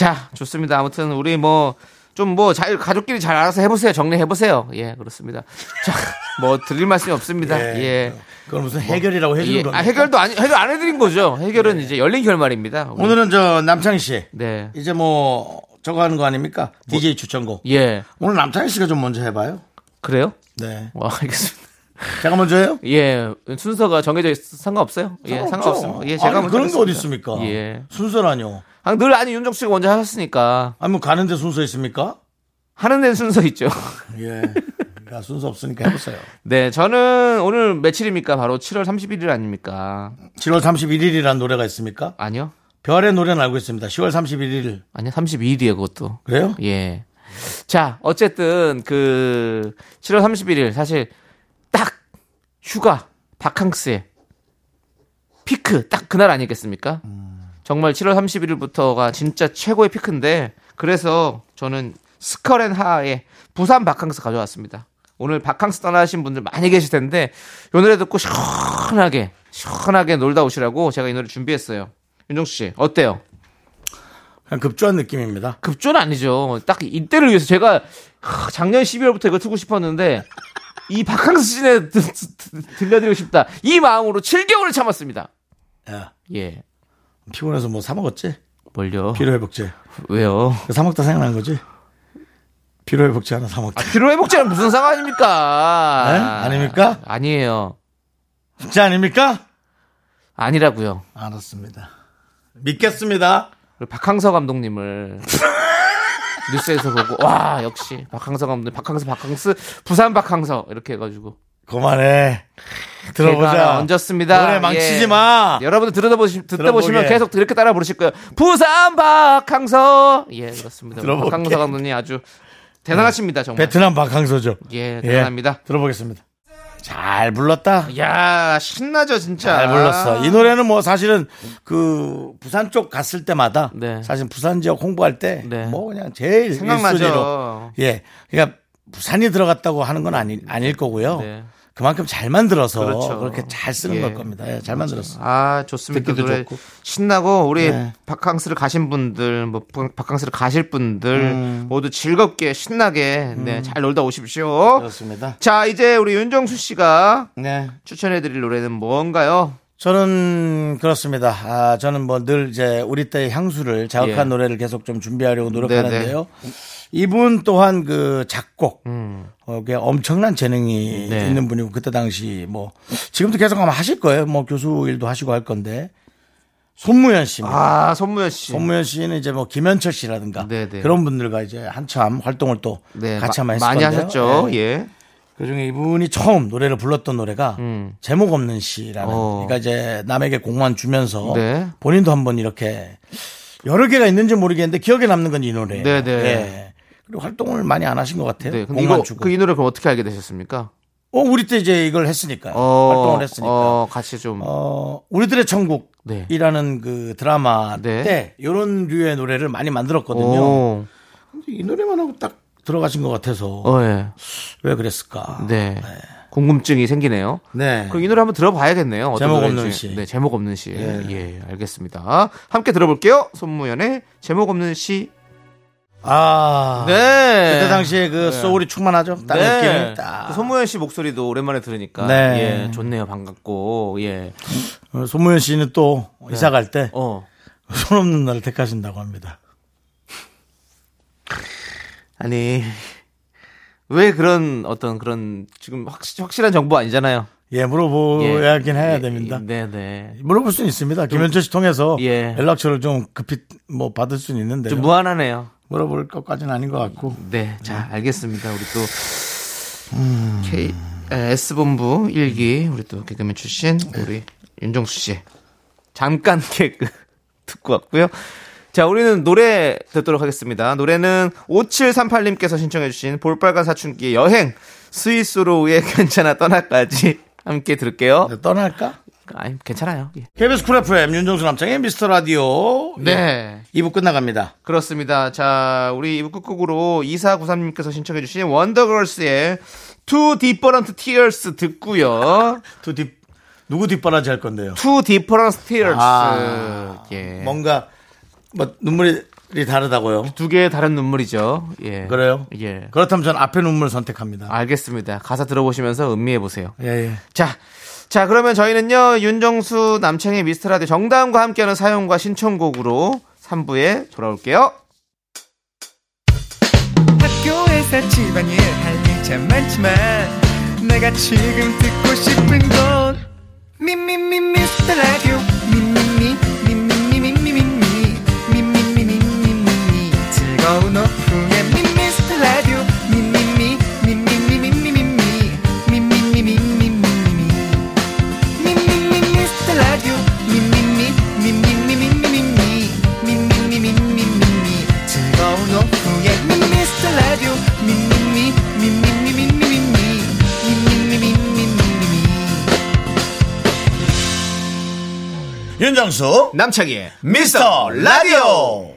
[SPEAKER 2] 자, 좋습니다. 아무튼 우리 뭐 좀 뭐 잘 가족끼리 잘 알아서 해보세요. 정리해보세요. 예, 그렇습니다. 자, (laughs) 뭐 드릴 말씀이 없습니다. 예.
[SPEAKER 1] 그건 무슨 해결이라고 해주는
[SPEAKER 2] 예.
[SPEAKER 1] 겁니다.
[SPEAKER 2] 아, 해결도 아니, 해결 안 해드린 거죠. 해결은 이제 열린 결말입니다. 우리.
[SPEAKER 1] 오늘은 저 남창희 씨.
[SPEAKER 2] 네.
[SPEAKER 1] 이제 뭐 저거 하는 거 아닙니까?
[SPEAKER 2] 뭐.
[SPEAKER 1] DJ 추천곡.
[SPEAKER 2] 예.
[SPEAKER 1] 오늘 남창희 씨가 좀 먼저 해봐요.
[SPEAKER 2] 그래요?
[SPEAKER 1] 네.
[SPEAKER 2] 와, (laughs) 알겠습니다.
[SPEAKER 1] 제가 먼저 해요?
[SPEAKER 2] 예, 순서가 정해져 있어 상관없어요. 예, 상관없습니다. 예, 제가
[SPEAKER 1] 아니, 그런 게
[SPEAKER 2] 하겠습니다.
[SPEAKER 1] 어디 있습니까?
[SPEAKER 2] 예.
[SPEAKER 1] 순서라뇨.
[SPEAKER 2] 아, 늘 아니 윤정 씨가 먼저 하셨으니까
[SPEAKER 1] 아니 뭐 가는데 순서 있습니까?
[SPEAKER 2] 하는 데는 순서 있죠. (laughs)
[SPEAKER 1] 예. (laughs) 그러니까 순서 없으니까 해보세요.
[SPEAKER 2] 네, 저는 오늘 며칠입니까? 바로 7월 31일 아닙니까?
[SPEAKER 1] 7월 31일이라는 노래가 있습니까?
[SPEAKER 2] 아니요.
[SPEAKER 1] 별의 노래는 알고 있습니다. 10월 31일.
[SPEAKER 2] 아니요. 32일이에요, 그것도.
[SPEAKER 1] 그래요?
[SPEAKER 2] 예. 자, 어쨌든 그 7월 31일 사실 딱 휴가 바캉스의 피크 딱 그날 아니겠습니까? 정말 7월 31일부터가 진짜 최고의 피크인데 그래서 저는 스컬앤하의 부산 바캉스 가져왔습니다. 오늘 바캉스 떠나신 분들 많이 계실 텐데 이 노래 듣고 시원하게 시원하게 놀다 오시라고 제가 이 노래 준비했어요. 윤종수 씨 어때요?
[SPEAKER 1] 그냥 급조한 느낌입니다.
[SPEAKER 2] 급조는 아니죠. 딱 이때를 위해서 제가 하, 작년 12월부터 이거 틀고 싶었는데 이 바캉스 시즌에 드- 드- 들려드리고 싶다. 이 마음으로 7개월을 참았습니다.
[SPEAKER 1] 예.
[SPEAKER 2] 예.
[SPEAKER 1] 피곤해서 뭐 사먹었지?
[SPEAKER 2] 뭘요?
[SPEAKER 1] 피로회복제.
[SPEAKER 2] 왜요?
[SPEAKER 1] 그 사먹다 생각난 거지? 피로회복제 하나 사먹다.
[SPEAKER 2] 아, 피로회복제랑 무슨 상관입니까?
[SPEAKER 1] 네? 아닙니까?
[SPEAKER 2] 아니에요.
[SPEAKER 1] 진짜 아닙니까?
[SPEAKER 2] 아니라고요.
[SPEAKER 1] 알았습니다. 믿겠습니다.
[SPEAKER 2] 그리고
[SPEAKER 1] (laughs)
[SPEAKER 2] 박항서 감독님을 뉴스에서 보고 와 역시 박항서 감독님 박항서 박항스 부산 박항서 이렇게 해가지고
[SPEAKER 1] 그만해.
[SPEAKER 2] 제가 하나
[SPEAKER 1] 들어보자.
[SPEAKER 2] 얹었습니다. 예.
[SPEAKER 1] 노래 망치지 마.
[SPEAKER 2] 여러분들 들어다 보시, 듣다
[SPEAKER 1] 들어보게.
[SPEAKER 2] 보시면 계속 이렇게 따라 부르실 거예요. 부산 박항서. 예, 그렇습니다.
[SPEAKER 1] 들어볼게.
[SPEAKER 2] 박항서 감독님 아주 대단하십니다, 정말.
[SPEAKER 1] 베트남 박항서죠.
[SPEAKER 2] 예, 대단합니다. 아.
[SPEAKER 1] 들어보겠습니다. 잘 불렀다.
[SPEAKER 2] 야, 신나죠, 진짜.
[SPEAKER 1] 잘 불렀어. 이 노래는 뭐 사실은 그 부산 쪽 갔을 때마다
[SPEAKER 2] 네.
[SPEAKER 1] 사실 부산 지역 홍보할 때 뭐
[SPEAKER 2] 네.
[SPEAKER 1] 그냥 제일
[SPEAKER 2] 생각나죠.
[SPEAKER 1] 일순위로 예. 그러니까 부산이 들어갔다고 하는 건 아니, 아닐 거고요.
[SPEAKER 2] 네.
[SPEAKER 1] 그만큼 잘 만들어서
[SPEAKER 2] 그렇죠.
[SPEAKER 1] 그렇게잘 쓰는
[SPEAKER 2] 예.
[SPEAKER 1] 걸 겁니다. 예, 잘 만들었어.
[SPEAKER 2] 아, 좋습니다.
[SPEAKER 1] 듣기도
[SPEAKER 2] 노래
[SPEAKER 1] 좋고.
[SPEAKER 2] 신나고 우리
[SPEAKER 1] 네.
[SPEAKER 2] 바캉스를 가신 분들, 뭐 바- 바캉스를 가실 분들
[SPEAKER 1] 음.
[SPEAKER 2] 모두 즐겁게 신나게 네, 잘 놀다 오십시오.
[SPEAKER 1] 그렇습니다.
[SPEAKER 2] 자, 이제 우리 윤정수 씨가
[SPEAKER 1] 네.
[SPEAKER 2] 추천해드릴 노래는 뭔가요?
[SPEAKER 1] 저는 그렇습니다. 아, 저는 뭐 늘 이제 우리 때의 향수를 자극한
[SPEAKER 2] 예. 네,
[SPEAKER 1] 노래를 계속 좀 준비하려고 노력하는데요. 이분 또한 그 작곡, 어, 게 엄청난 재능이
[SPEAKER 2] 네.
[SPEAKER 1] 있는 분이고 그때 당시 뭐 지금도 계속 아마 하실 거예요. 뭐 교수 일도 하시고 할 건데 손무현 씨입니다. 뭐
[SPEAKER 2] 아, 손무현 씨.
[SPEAKER 1] 손무현 씨는 이제 뭐 김현철 씨라든가
[SPEAKER 2] 네, 네.
[SPEAKER 1] 그런 분들과 이제 한참 활동을 또
[SPEAKER 2] 네,
[SPEAKER 1] 같이
[SPEAKER 2] 마-
[SPEAKER 1] 한번 했을
[SPEAKER 2] 많이
[SPEAKER 1] 건데요.
[SPEAKER 2] 하셨죠.
[SPEAKER 1] 예.
[SPEAKER 2] 예.
[SPEAKER 1] 그중에 이분이 처음 노래를 불렀던 노래가 제목 없는 시라는
[SPEAKER 2] 음. 어.
[SPEAKER 1] 그러니까 이제 남에게 공만 주면서
[SPEAKER 2] 네.
[SPEAKER 1] 본인도 한번 이렇게 여러 개가 있는지 모르겠는데 기억에 남는 건 이 노래.
[SPEAKER 2] 네, 네.
[SPEAKER 1] 예. 그리고 활동을 많이 안 하신 것 같아요.
[SPEAKER 2] 네. 근데
[SPEAKER 1] 공만
[SPEAKER 2] 이거
[SPEAKER 1] 주고.
[SPEAKER 2] 그 이 노래 그럼 어떻게 알게 되셨습니까?
[SPEAKER 1] 어, 우리 때 이제 이걸 했으니까
[SPEAKER 2] 어,
[SPEAKER 1] 네, 활동을 했으니까. 어.
[SPEAKER 2] 어, 같이 좀
[SPEAKER 1] 우리들의 천국이라는 그 드라마
[SPEAKER 2] 네.
[SPEAKER 1] 때 이런 류의 노래를 많이 만들었거든요.
[SPEAKER 2] 오.
[SPEAKER 1] 근데 이 노래만 하고 딱 들어가신 것 같아서
[SPEAKER 2] 어, 예.
[SPEAKER 1] 왜 그랬을까?
[SPEAKER 2] 네. 궁금증이 생기네요.
[SPEAKER 1] 네.
[SPEAKER 2] 그럼 이 노래 한번 들어봐야겠네요. 어떤
[SPEAKER 1] 제목
[SPEAKER 2] 노래인지.
[SPEAKER 1] 없는 시.
[SPEAKER 2] 네, 제목 없는 시. 예. 알겠습니다. 함께 들어볼게요. 손무현의 제목 없는 시.
[SPEAKER 1] 아.
[SPEAKER 2] 네.
[SPEAKER 1] 그때 당시에 그 소울이 충만하죠. 딱 느낌이 딱.
[SPEAKER 2] 그 손무현 씨 목소리도 오랜만에 들으니까
[SPEAKER 1] 네.
[SPEAKER 2] 예, 좋네요. 반갑고. 예.
[SPEAKER 1] 어, 손무현 씨는 또
[SPEAKER 2] 네.
[SPEAKER 1] 이사 갈 때 손
[SPEAKER 2] 어.
[SPEAKER 1] 없는 날을 택하신다고 합니다.
[SPEAKER 2] 아니 (laughs) 왜 그런 어떤 그런 지금 확, 확실한 정보 아니잖아요.
[SPEAKER 1] 예,
[SPEAKER 2] 예.
[SPEAKER 1] 물어보야긴 해야 됩니다.
[SPEAKER 2] 네네.
[SPEAKER 1] 물어볼 수는 있습니다. 김현철 씨 통해서
[SPEAKER 2] 음. 예.
[SPEAKER 1] 연락처를 좀 급히 뭐 받을 수는 있는데
[SPEAKER 2] 좀 무한하네요.
[SPEAKER 1] 물어볼 것까지는 아닌 것 같고
[SPEAKER 2] 네,
[SPEAKER 1] 음.
[SPEAKER 2] 자 알겠습니다. 우리 또 K S 본부 일기 우리 또 개그맨 출신
[SPEAKER 1] 네.
[SPEAKER 2] 우리 윤정수 씨 잠깐 (laughs) 개그 듣고 왔고요. 자, 우리는 노래 듣도록 하겠습니다. 노래는 5738님께서 신청해주신 볼빨간 사춘기의 여행 스위스로의 (laughs) 괜찮아 떠나까지 함께 들을게요.
[SPEAKER 1] 네, 떠날까?
[SPEAKER 2] 아니 괜찮아요. 예.
[SPEAKER 1] KBS 쿨 FM 윤정수 남창의 미스터 라디오 예,
[SPEAKER 2] 네.
[SPEAKER 1] 2부 끝나갑니다.
[SPEAKER 2] 그렇습니다. 자, 우리 이부 끝곡으로 2493님께서 신청해주신 원더걸스의 Two Different Tears (laughs) 듣고요.
[SPEAKER 1] 두뒷 누구 뒷바라지 할 건데요?
[SPEAKER 2] Two Different Tears.
[SPEAKER 1] 아,
[SPEAKER 2] 예.
[SPEAKER 1] 뭔가 뭐 눈물이 다르다고요.
[SPEAKER 2] 두 개의 다른 눈물이죠. 예.
[SPEAKER 1] 그래요?
[SPEAKER 2] 예. 아.
[SPEAKER 1] 그렇다면 전 앞에 눈물 선택합니다.
[SPEAKER 2] 알겠습니다. 가사 들어보시면서 음미해보세요.
[SPEAKER 1] 예, 예.
[SPEAKER 2] 자, 자 그러면 저희는요 윤정수 남창의 미스터라디 정다운과 함께하는 사연과 신청곡으로 3부에 돌아올게요.
[SPEAKER 4] 학교에서 집안일 할 일 참 많지만 내가 지금 듣고 싶은 건 미미미 미스터 라디오 미미미 미미미 미미미 미미미 미미미 즐거운 오후에 미스터 라디오 미미미 미미미 미미미 미미미 미미미 미미미 미스터 라디오 미미미 미미미 미미미 미미미 미미미 즐거운 오후에 미스터 라디오 미미미 미미미 미미미 미미미 미미미
[SPEAKER 1] 윤정수
[SPEAKER 2] 남창희의
[SPEAKER 1] 미스터 라디오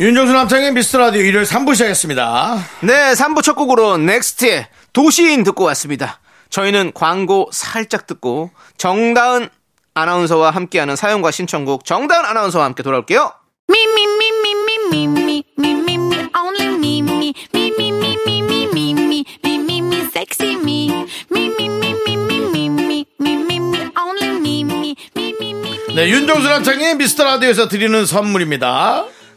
[SPEAKER 1] 윤정수 남창의 미스터 라디오 일요일 3부 시작했습니다.
[SPEAKER 2] 네, 3부 첫 곡으로 넥스트의 도시인 듣고 왔습니다. 저희는 광고 살짝 듣고 정다은 아나운서와 함께하는 사연과 신청곡 정다은 아나운서와 함께 돌아올게요.
[SPEAKER 3] Me, me, me, me, me, me, me, me, me, me, only me, me, me, me, me, me, me, me, me, me, me, me, sexy me. Me, me, me, me, me, me, me, me, me, me, only me, me, me, me, me, me.
[SPEAKER 1] 네, 윤정수 남창의 미스터 라디오에서 드리는 선물입니다.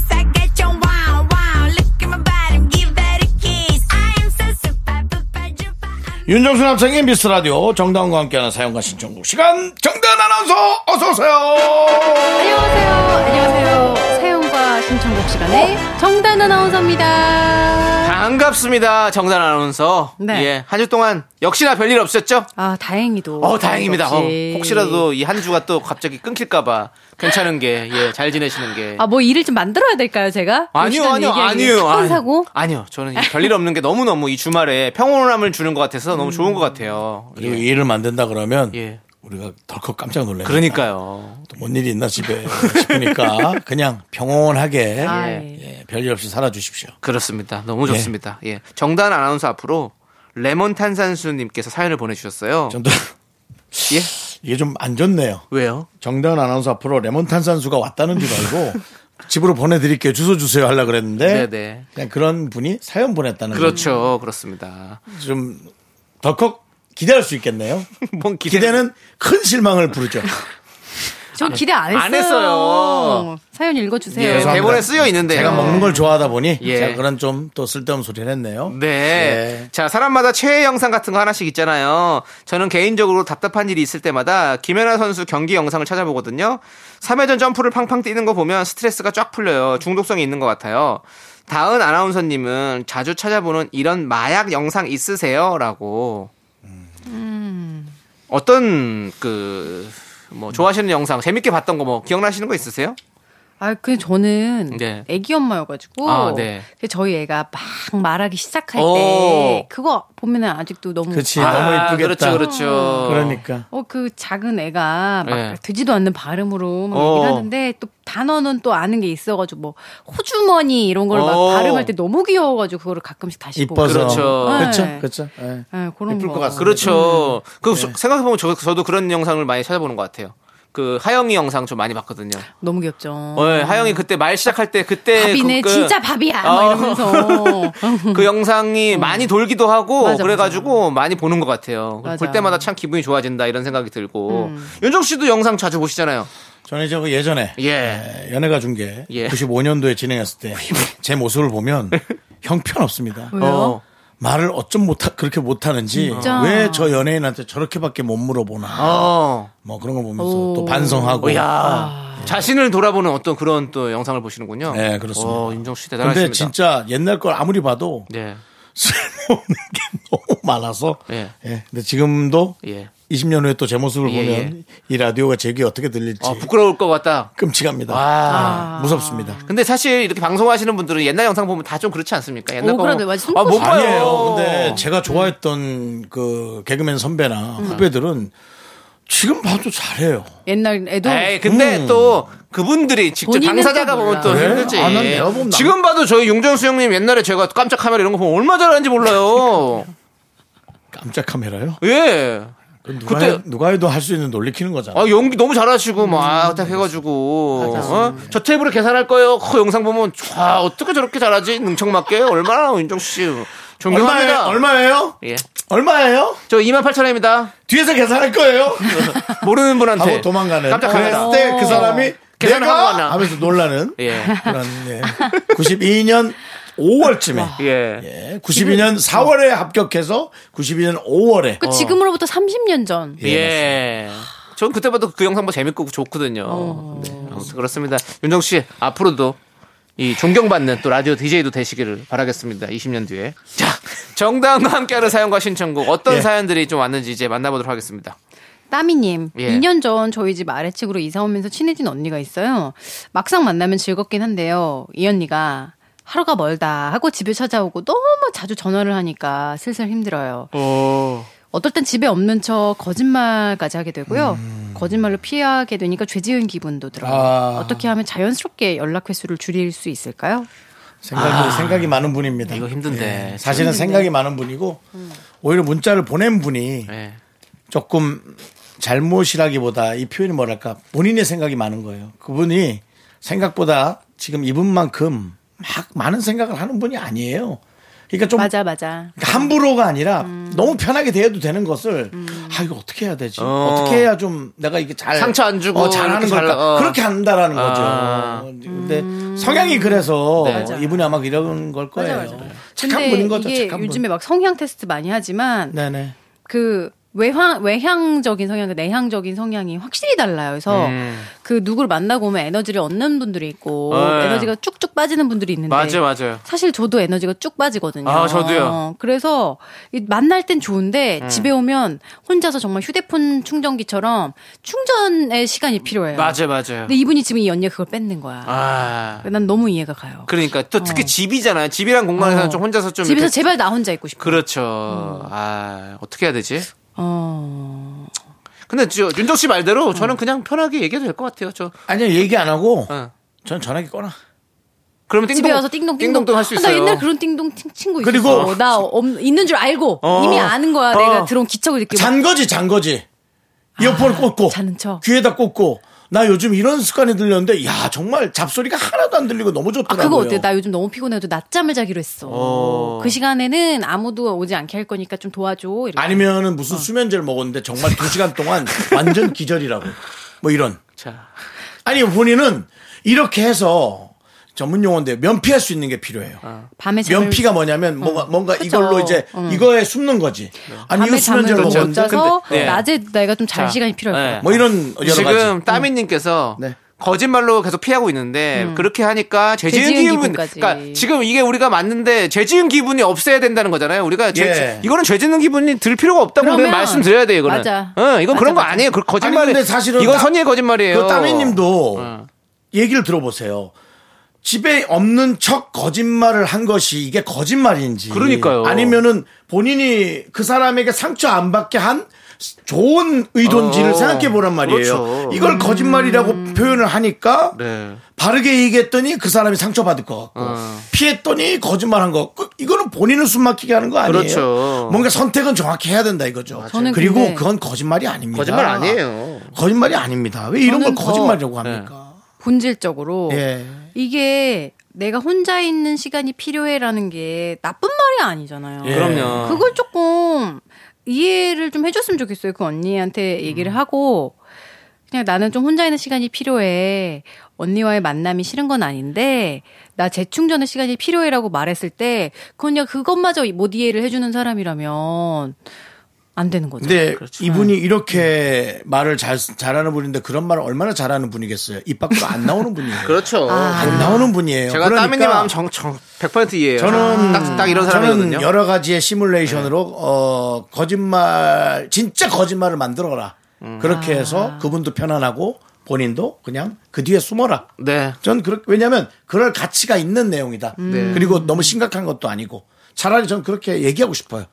[SPEAKER 3] psycho, wow, wow. Look at my body, give that a kiss. I am so super, super, duper.
[SPEAKER 1] 윤정수 남창의 미스터 라디오 정다운과 함께하는 사용과 신청곡 시간 정다운 아나운서 어서 오세요
[SPEAKER 5] 안녕하세요. 안녕하세요. 사연과 신청곡 시간에
[SPEAKER 2] 어?
[SPEAKER 5] 정단 아나운서입니다.
[SPEAKER 2] 반갑습니다, 정단 아나운서.
[SPEAKER 5] 네.
[SPEAKER 2] 예, 한 주 동안 역시나 별일 없으셨죠?
[SPEAKER 5] 아, 다행히도.
[SPEAKER 2] 어, 다행입니다. 어,
[SPEAKER 5] 역시.
[SPEAKER 2] 혹시라도 이 한 주가 또 갑자기 끊길까봐 괜찮은 게, 예, 잘 지내시는 게.
[SPEAKER 5] 아, 뭐 일을 좀 만들어야 될까요, 제가?
[SPEAKER 2] 아니요,
[SPEAKER 5] 열심히
[SPEAKER 2] 아니요,
[SPEAKER 5] 얘기하기
[SPEAKER 2] 아니요.
[SPEAKER 5] 사건
[SPEAKER 2] 아니요.
[SPEAKER 5] 사고?
[SPEAKER 2] 아니요, 저는 이 별일 없는 게 너무너무 이 주말에 평온함을 주는 것 같아서 너무 좋은 것 같아요.
[SPEAKER 1] 그리고 일을 만든다 그러면
[SPEAKER 2] 예.
[SPEAKER 1] 우리가 덜컥 깜짝 놀래요
[SPEAKER 2] 그러니까요.
[SPEAKER 1] 뭔 일이 있나 집에
[SPEAKER 2] (laughs)
[SPEAKER 1] 싶으니까 그냥 평온하게
[SPEAKER 5] 아,
[SPEAKER 2] 예.
[SPEAKER 5] 예.
[SPEAKER 1] 예, 별일 없이 살아주십시오
[SPEAKER 2] 그렇습니다. 너무 좋습니다. 예. 정단 아나운서 앞으로 레몬 탄산수님께서 사연을 보내주셨어요.
[SPEAKER 1] 전도
[SPEAKER 2] 예?
[SPEAKER 1] 이게 좀 안 좋네요
[SPEAKER 2] 왜요?
[SPEAKER 1] 정다은 아나운서 앞으로 레몬 탄산수가 왔다는 줄 알고 집으로 보내드릴게요. 주소 주세요 하려 그랬는데
[SPEAKER 2] 네네.
[SPEAKER 1] 그냥 그런 분이 사연 보냈다는
[SPEAKER 2] 그렇죠. 그렇습니다. (laughs)
[SPEAKER 1] 좀 덜컥 기대할 수 있겠네요.
[SPEAKER 2] 뭔 기대-
[SPEAKER 1] 기대는 큰 실망을
[SPEAKER 2] (laughs)
[SPEAKER 1] 부르죠.
[SPEAKER 5] 전 기대 안 했어요.
[SPEAKER 2] 안 했어요.
[SPEAKER 5] 사연 읽어주세요.
[SPEAKER 2] 예, 대본에 쓰여 있는데.
[SPEAKER 1] 제가 먹는 걸 좋아하다 보니
[SPEAKER 2] 예.
[SPEAKER 1] 제가 그런 좀 또 쓸데없는 소리를 했네요.
[SPEAKER 2] 네.
[SPEAKER 1] 예.
[SPEAKER 2] 자, 사람마다 최애 영상 같은 거 하나씩 있잖아요. 저는 개인적으로 답답한 일이 있을 때마다 김연아 선수 경기 영상을 찾아보거든요. 3회전 점프를 팡팡 뛰는 거 보면 스트레스가 쫙 풀려요. 중독성이 있는 것 같아요. 다은 아나운서님은 자주 찾아보는 이런 마약 영상 있으세요? 라고. 어떤, 그, 뭐, 좋아하시는 영상, 재밌게 봤던 거 뭐, 기억나시는 거 있으세요?
[SPEAKER 5] 아, 그 저는
[SPEAKER 2] 네.
[SPEAKER 5] 애기 엄마여가지고
[SPEAKER 2] 아, 네.
[SPEAKER 5] 그 저희 애가 막 말하기 시작할
[SPEAKER 2] 오.
[SPEAKER 5] 때 그거 보면은 아직도 너무
[SPEAKER 1] 그렇지 너무 이쁘겠다.
[SPEAKER 2] 그렇죠, 그렇죠.
[SPEAKER 1] 러니까
[SPEAKER 5] 어 그 작은 애가 막
[SPEAKER 2] 네.
[SPEAKER 5] 되지도 않는 발음으로 막
[SPEAKER 2] 어.
[SPEAKER 5] 얘기를 하는데 또 단어는 또 아는 게 있어가지고 뭐 호주머니 이런 걸 막
[SPEAKER 2] 어.
[SPEAKER 5] 발음할 때 너무 귀여워가지고 그거를 가끔씩 다시 보고
[SPEAKER 1] 이뻐서
[SPEAKER 2] 그렇죠.
[SPEAKER 5] 네.
[SPEAKER 1] 그렇죠. 그렇죠. 예.
[SPEAKER 5] 네, 그런
[SPEAKER 1] 이쁠 것
[SPEAKER 5] 거.
[SPEAKER 1] 같습니다. 음. 네.
[SPEAKER 2] 그렇죠. 그 생각해 보면 저, 저도 그런 영상을 많이 찾아보는 것 같아요. 그 하영이 영상 좀 많이 봤거든요.
[SPEAKER 5] 너무 귀엽죠.
[SPEAKER 2] 어, 예, 하영이 그때 말 시작할 때 그때
[SPEAKER 5] 밥이네
[SPEAKER 2] 그, 그-
[SPEAKER 5] 진짜 밥이야 막
[SPEAKER 2] 어. (laughs)
[SPEAKER 5] 이러면서
[SPEAKER 2] 그 영상이
[SPEAKER 1] 음.
[SPEAKER 2] 많이 돌기도 하고
[SPEAKER 5] 맞아,
[SPEAKER 2] 그래가지고 많이 보는 것 같아요.
[SPEAKER 5] 맞아. 음.
[SPEAKER 2] 볼 때마다 참 기분이 좋아진다 이런 생각이 들고 윤정 씨도 영상 자주 보시잖아요.
[SPEAKER 1] 전에 저거 예전에
[SPEAKER 2] 예.
[SPEAKER 1] 예, 연예가 중계
[SPEAKER 2] 예.
[SPEAKER 1] 95년도에 진행했을
[SPEAKER 2] (laughs)
[SPEAKER 1] 때 제 모습을 보면 형편없습니다.
[SPEAKER 5] 왜요?
[SPEAKER 2] 어.
[SPEAKER 1] 말을 어쩜 못 그렇게 못하는지 어.
[SPEAKER 5] 진짜.
[SPEAKER 1] 왜 저 연예인한테 저렇게밖에 못 물어보나
[SPEAKER 2] 어.
[SPEAKER 1] 뭐 그런 거 보면서
[SPEAKER 5] 오.
[SPEAKER 1] 또 반성하고
[SPEAKER 2] 야 아. 자신을 돌아보는 어떤 그런 또 영상을 보시는군요.
[SPEAKER 1] 네, 그렇습니다.
[SPEAKER 2] 어, 윤정 씨 대단하십니다.
[SPEAKER 1] 근데 진짜 옛날 걸 아무리 봐도
[SPEAKER 2] 네.
[SPEAKER 1] 쓸모없는 게 너무 많아서
[SPEAKER 2] 예.
[SPEAKER 1] 예. 근데 지금도
[SPEAKER 2] 예.
[SPEAKER 1] 20년 후에 또 제 모습을
[SPEAKER 2] 예,
[SPEAKER 1] 보면 이 라디오가 제 귀에 어떻게 들릴지
[SPEAKER 2] 어, 부끄러울 것 같다.
[SPEAKER 1] 끔찍합니다.
[SPEAKER 5] 아.
[SPEAKER 2] 와.
[SPEAKER 1] 무섭습니다.
[SPEAKER 2] 근데 사실 이렇게 방송하시는 분들은 옛날 영상 보면 다 좀 그렇지 않습니까? 옛날
[SPEAKER 5] 오,
[SPEAKER 2] 거
[SPEAKER 5] 그래도
[SPEAKER 2] 보면-
[SPEAKER 5] 완전
[SPEAKER 2] 아, 못
[SPEAKER 5] 손꼽아.
[SPEAKER 2] 봐요. 어.
[SPEAKER 1] 아니에요. 근데 제가 좋아했던 그 개그맨 선배나
[SPEAKER 2] 음.
[SPEAKER 1] 후배들은 지금 봐도 잘해요.
[SPEAKER 5] 옛날에도
[SPEAKER 2] 에이, 근데 또 그분들이 직접
[SPEAKER 5] 본인은
[SPEAKER 2] 당사자가
[SPEAKER 5] 또
[SPEAKER 2] 보면 또
[SPEAKER 5] 몰라.
[SPEAKER 2] 힘들지.
[SPEAKER 1] 그래? 음. 아, 난 내가 보면
[SPEAKER 2] 지금 봐도 저희 용정수 형님 옛날에 제가 깜짝 카메라 이런 거 보면 얼마나 잘하는지 몰라요.
[SPEAKER 5] (laughs)
[SPEAKER 1] 깜짝 카메라요?
[SPEAKER 2] 예.
[SPEAKER 1] 그건 누가,
[SPEAKER 2] 그때-
[SPEAKER 1] 해, 누가 해도 할 수 있는 놀리키는 거잖아.
[SPEAKER 2] 아, 연기 너무 잘하시고, 막, 아, 딱 해가지고. 어? 저 테이블에 계산할 거예요. 그 영상 보면, 와, 어떻게 저렇게 잘하지? 능청맞게. 얼마나, 윤정씨.
[SPEAKER 1] 얼마예요?
[SPEAKER 2] 존경합니다.
[SPEAKER 1] 얼마예요?
[SPEAKER 2] 예.
[SPEAKER 1] 얼마예요?
[SPEAKER 2] 저 28,000원입니다.
[SPEAKER 1] 뒤에서 계산할
[SPEAKER 2] (laughs)
[SPEAKER 1] 거예요?
[SPEAKER 2] 모르는 분한테.
[SPEAKER 1] 하고 도망가는.
[SPEAKER 2] 네. 깜짝
[SPEAKER 1] 그랬을
[SPEAKER 2] 카메라. 어.
[SPEAKER 1] 때 그 사람이
[SPEAKER 2] 계산을 하고
[SPEAKER 1] 내가
[SPEAKER 2] 가나.
[SPEAKER 1] 하면서 놀라는
[SPEAKER 2] 예.
[SPEAKER 1] 그런 예. 92년 5월쯤에
[SPEAKER 2] 예.
[SPEAKER 1] 92년 4월에 합격해서 92년 5월에
[SPEAKER 2] 어.
[SPEAKER 5] 그 지금으로부터 30년 전
[SPEAKER 2] 예. 전 그때 봐도 그 영상 뭐 재밌고 좋거든요.
[SPEAKER 5] 어.
[SPEAKER 2] 네, 아무튼 그렇습니다. 윤정 씨 앞으로도 이 존경받는 또 라디오 DJ도 되시기를 바라겠습니다. 20년 뒤에. 자, 정다은과 함께하는 사연과 신청곡 어떤
[SPEAKER 1] 예.
[SPEAKER 2] 사연들이 좀 왔는지 이제 만나보도록 하겠습니다.
[SPEAKER 5] 따미님
[SPEAKER 2] 예.
[SPEAKER 5] 2년 전 저희 집 아래층으로 이사 오면서 친해진 언니가 있어요 막상 만나면 즐겁긴 한데요 이 언니가 하루가 멀다 하고 집에 찾아오고 너무 자주 전화를 하니까 슬슬 힘들어요 어떨 땐 집에 없는 척 거짓말까지 하게 되고요. 거짓말로 피하게 되니까 죄 지은 기분도 들어요.
[SPEAKER 1] 음. 아.
[SPEAKER 5] 어떻게 하면 자연스럽게 연락 횟수를 줄일 수 있을까요?
[SPEAKER 1] 생각이 생각이 많은 분입니다.
[SPEAKER 2] 아. 이거 힘든데. 음.
[SPEAKER 1] 예. 사실은 생각이 많은 분이고 오히려 문자를 보낸 분이
[SPEAKER 2] 예.
[SPEAKER 1] 조금 잘못이라기보다 이 표현이 뭐랄까 본인의 생각이 많은 거예요. 그분이 생각보다 지금 이분만큼 막 많은 생각을 하는 분이 아니에요. 그러니까 좀
[SPEAKER 5] 맞아, 맞아.
[SPEAKER 1] 그러니까 함부로가 아니라 너무 편하게 대해도 되는 것을 아 이거 어떻게 해야 되지?
[SPEAKER 2] 어.
[SPEAKER 1] 어. 떻게 해야 좀 내가 이게 잘
[SPEAKER 2] 상처 안 주고
[SPEAKER 1] 어, 잘하는
[SPEAKER 2] 이렇게 잘-
[SPEAKER 1] 걸까?
[SPEAKER 2] 어.
[SPEAKER 1] 그렇게 한다라는
[SPEAKER 2] 아.
[SPEAKER 1] 거죠. 근데 성향이 그래서
[SPEAKER 2] 네. 맞아.
[SPEAKER 1] 이분이 아마 이런 걸 거예요.
[SPEAKER 5] 맞아, 맞아.
[SPEAKER 1] 착한 분인 거죠.
[SPEAKER 5] 이게
[SPEAKER 1] 착한
[SPEAKER 5] 요즘에 막 성향 테스트 많이 하지만
[SPEAKER 1] 분. 네네.
[SPEAKER 5] 그 외향 외향적인 성향과 내향적인 성향이 확실히 달라요. 그래서
[SPEAKER 2] 음.
[SPEAKER 5] 그 누구를 만나고 오면 에너지를 얻는 분들이 있고
[SPEAKER 2] 네.
[SPEAKER 5] 에너지가 쭉쭉 빠지는 분들이 있는데
[SPEAKER 2] 맞아요, 맞아요.
[SPEAKER 5] 사실 저도 에너지가 쭉 빠지거든요.
[SPEAKER 2] 아, 저도요. 음.
[SPEAKER 5] 어, 그래서 이 만날 땐 좋은데 집에 오면 혼자서 정말 휴대폰 충전기처럼 충전의 시간이 필요해요.
[SPEAKER 2] 맞아요, 맞아요.
[SPEAKER 5] 근데 이분이 지금 이 언니가 그걸 뺏는 거야.
[SPEAKER 2] 아.
[SPEAKER 5] 난 너무 이해가 가요.
[SPEAKER 2] 그러니까 또 특히 집이잖아요. 집이란 공간에서는
[SPEAKER 5] 어.
[SPEAKER 2] 좀 혼자서 좀
[SPEAKER 5] 집에서 음.
[SPEAKER 2] 이렇게-
[SPEAKER 5] 제발 나 혼자 있고 싶어.
[SPEAKER 2] 그렇죠. 아, 어떻게 해야 되지?
[SPEAKER 5] 어.
[SPEAKER 2] 근데 저 윤정 씨 말대로
[SPEAKER 5] 음.
[SPEAKER 2] 저는 그냥 편하게 얘기해도 될 것 같아요. 저
[SPEAKER 1] 아니요 얘기 안 하고
[SPEAKER 2] 어.
[SPEAKER 1] 전 전화기 꺼놔.
[SPEAKER 2] 그러면
[SPEAKER 5] 집에 와서 띵동 띵동
[SPEAKER 2] 할 수
[SPEAKER 5] 아,
[SPEAKER 2] 있어요.
[SPEAKER 5] 나 옛날 그런 띵동 팅- 친구 있었어.
[SPEAKER 1] 그리고-
[SPEAKER 5] 나 없- 있는 줄 알고
[SPEAKER 2] 어.
[SPEAKER 5] 이미 아는 거야.
[SPEAKER 2] 어.
[SPEAKER 5] 내가 들어온 기척을 느끼고
[SPEAKER 1] 잔 거지 잔 거지. 이어폰을
[SPEAKER 5] 아,
[SPEAKER 1] 꽂고
[SPEAKER 5] 자는 척.
[SPEAKER 1] 귀에다 꽂고 나 요즘 이런 습관이 들렸는데 야 정말 잡소리가 하나도 안 들리고 너무
[SPEAKER 5] 아,
[SPEAKER 1] 좋더라고요.
[SPEAKER 5] 그거 어때? 나 요즘 너무 피곤해도 낮잠을 자기로 했어. 그 시간에는 아무도 오지 않게 할 거니까 좀 도와줘. 이렇게.
[SPEAKER 1] 네. 아니면은 무슨
[SPEAKER 5] 어.
[SPEAKER 1] 수면제를 먹었는데 정말 두 시간 동안 완전 기절이라고. 뭐 이런.
[SPEAKER 2] 자,
[SPEAKER 1] 아니 본인은 이렇게 해서 전문 용어인데 면피할 수 있는 게 필요해요.
[SPEAKER 5] 밤에 잠을-
[SPEAKER 1] 면피가 뭐냐면 뭔가, 뭔가
[SPEAKER 5] 아. 음. 그죠.
[SPEAKER 1] 이걸로 이제
[SPEAKER 5] 음. 네.
[SPEAKER 1] 이거에 숨는 거지. 아니 이거
[SPEAKER 5] 밤에
[SPEAKER 1] 수면제를
[SPEAKER 5] 잠을 못
[SPEAKER 1] 먹었는데
[SPEAKER 5] 자서
[SPEAKER 2] 근데- 네.
[SPEAKER 5] 낮에 내가 좀 잘
[SPEAKER 2] 자,
[SPEAKER 5] 시간이
[SPEAKER 2] 네.
[SPEAKER 5] 필요할 거야.
[SPEAKER 1] 뭐 이런 여러
[SPEAKER 2] 지금
[SPEAKER 1] 가지.
[SPEAKER 2] 따미님께서
[SPEAKER 1] 네.
[SPEAKER 2] 거짓말로 계속 피하고 있는데 그렇게 하니까 죄
[SPEAKER 5] 죄
[SPEAKER 2] 지은
[SPEAKER 5] 지은
[SPEAKER 2] 기분
[SPEAKER 5] 기분까지.
[SPEAKER 2] 그러니까 지금 이게 우리가 맞는데 죄 지은 기분이 없어야 된다는 거잖아요. 우리가 죄,
[SPEAKER 1] 예.
[SPEAKER 2] 이거는 죄 지는 기분이 들 필요가 없다고 우리가
[SPEAKER 5] 그러면-
[SPEAKER 2] 말씀드려야 돼 이거는.
[SPEAKER 5] 맞아.
[SPEAKER 2] 어, 이건
[SPEAKER 5] 맞아,
[SPEAKER 2] 그런 거
[SPEAKER 5] 맞아.
[SPEAKER 2] 아니에요. 그 거짓말이
[SPEAKER 1] 아니, 근데 사실은
[SPEAKER 2] 이건
[SPEAKER 1] 따-
[SPEAKER 2] 선의의 거짓말이에요.
[SPEAKER 1] 그 따미님도
[SPEAKER 2] 어.
[SPEAKER 1] 얘기를 들어보세요. 집에 없는 척 거짓말을 한 것이 이게 거짓말인지.
[SPEAKER 2] 그러니까요.
[SPEAKER 1] 아니면은 본인이 그 사람에게 상처 안 받게 한 좋은 의도인지를
[SPEAKER 2] 어,
[SPEAKER 1] 생각해 보란 말이에요.
[SPEAKER 2] 그렇죠.
[SPEAKER 1] 이걸 거짓말이라고 표현을 하니까
[SPEAKER 2] 네.
[SPEAKER 1] 바르게 얘기했더니 그 사람이 상처받을 것 같고
[SPEAKER 2] 어.
[SPEAKER 1] 피했더니 거짓말한 것 같고 이거는 본인을 숨막히게 하는 거 아니에요.
[SPEAKER 2] 그렇죠.
[SPEAKER 1] 뭔가 선택은 정확히 해야 된다 이거죠.
[SPEAKER 5] 저는
[SPEAKER 1] 그리고
[SPEAKER 5] 근데-
[SPEAKER 1] 그건 거짓말이 아닙니다.
[SPEAKER 2] 거짓말 아니에요.
[SPEAKER 1] 거짓말이 아닙니다. 왜 이런 걸
[SPEAKER 5] 저는 어.
[SPEAKER 1] 거짓말이라고 합니까?
[SPEAKER 5] 본질적으로
[SPEAKER 2] 네.
[SPEAKER 1] 예.
[SPEAKER 5] 이게 내가 혼자 있는 시간이 필요해라는 게 나쁜 말이 아니잖아요.
[SPEAKER 1] 예.
[SPEAKER 2] 그럼요.
[SPEAKER 5] 그걸 조금 이해를 좀 해줬으면 좋겠어요. 그 언니한테 얘기를 하고 그냥 나는 좀 혼자 있는 시간이 필요해. 언니와의 만남이 싫은 건 아닌데 나 재충전의 시간이 필요해라고 말했을 때 그냥 그것마저 못 이해를 해주는 사람이라면 안 되는 거죠.
[SPEAKER 1] 근데
[SPEAKER 2] 그렇죠.
[SPEAKER 1] 이분이 이렇게 말을 잘 잘하는 분인데 그런 말을 얼마나 잘하는 분이겠어요. 입 밖으로 안 나오는 분이에요.
[SPEAKER 2] (laughs) 그렇죠.
[SPEAKER 1] 안 나오는 분이에요. 그러니까
[SPEAKER 2] 제가 따미님 마음 정, 정, 100% 이해해요.
[SPEAKER 1] 저는
[SPEAKER 2] 예. 딱, 딱 이런 사람이거든요. 네.
[SPEAKER 1] 저는 여러 가지의 시뮬레이션으로 어 거짓말 진짜 거짓말을 만들어라.
[SPEAKER 2] 음.
[SPEAKER 1] 그렇게
[SPEAKER 2] 아.
[SPEAKER 1] 해서 그분도 편안하고 본인도 그냥 그 뒤에 숨어라.
[SPEAKER 2] 네.
[SPEAKER 1] 전 그렇 왜냐하면 그럴 가치가 있는 내용이다.
[SPEAKER 2] 네.
[SPEAKER 1] 그리고 너무 심각한 것도 아니고 차라리 전 그렇게 얘기하고 싶어요.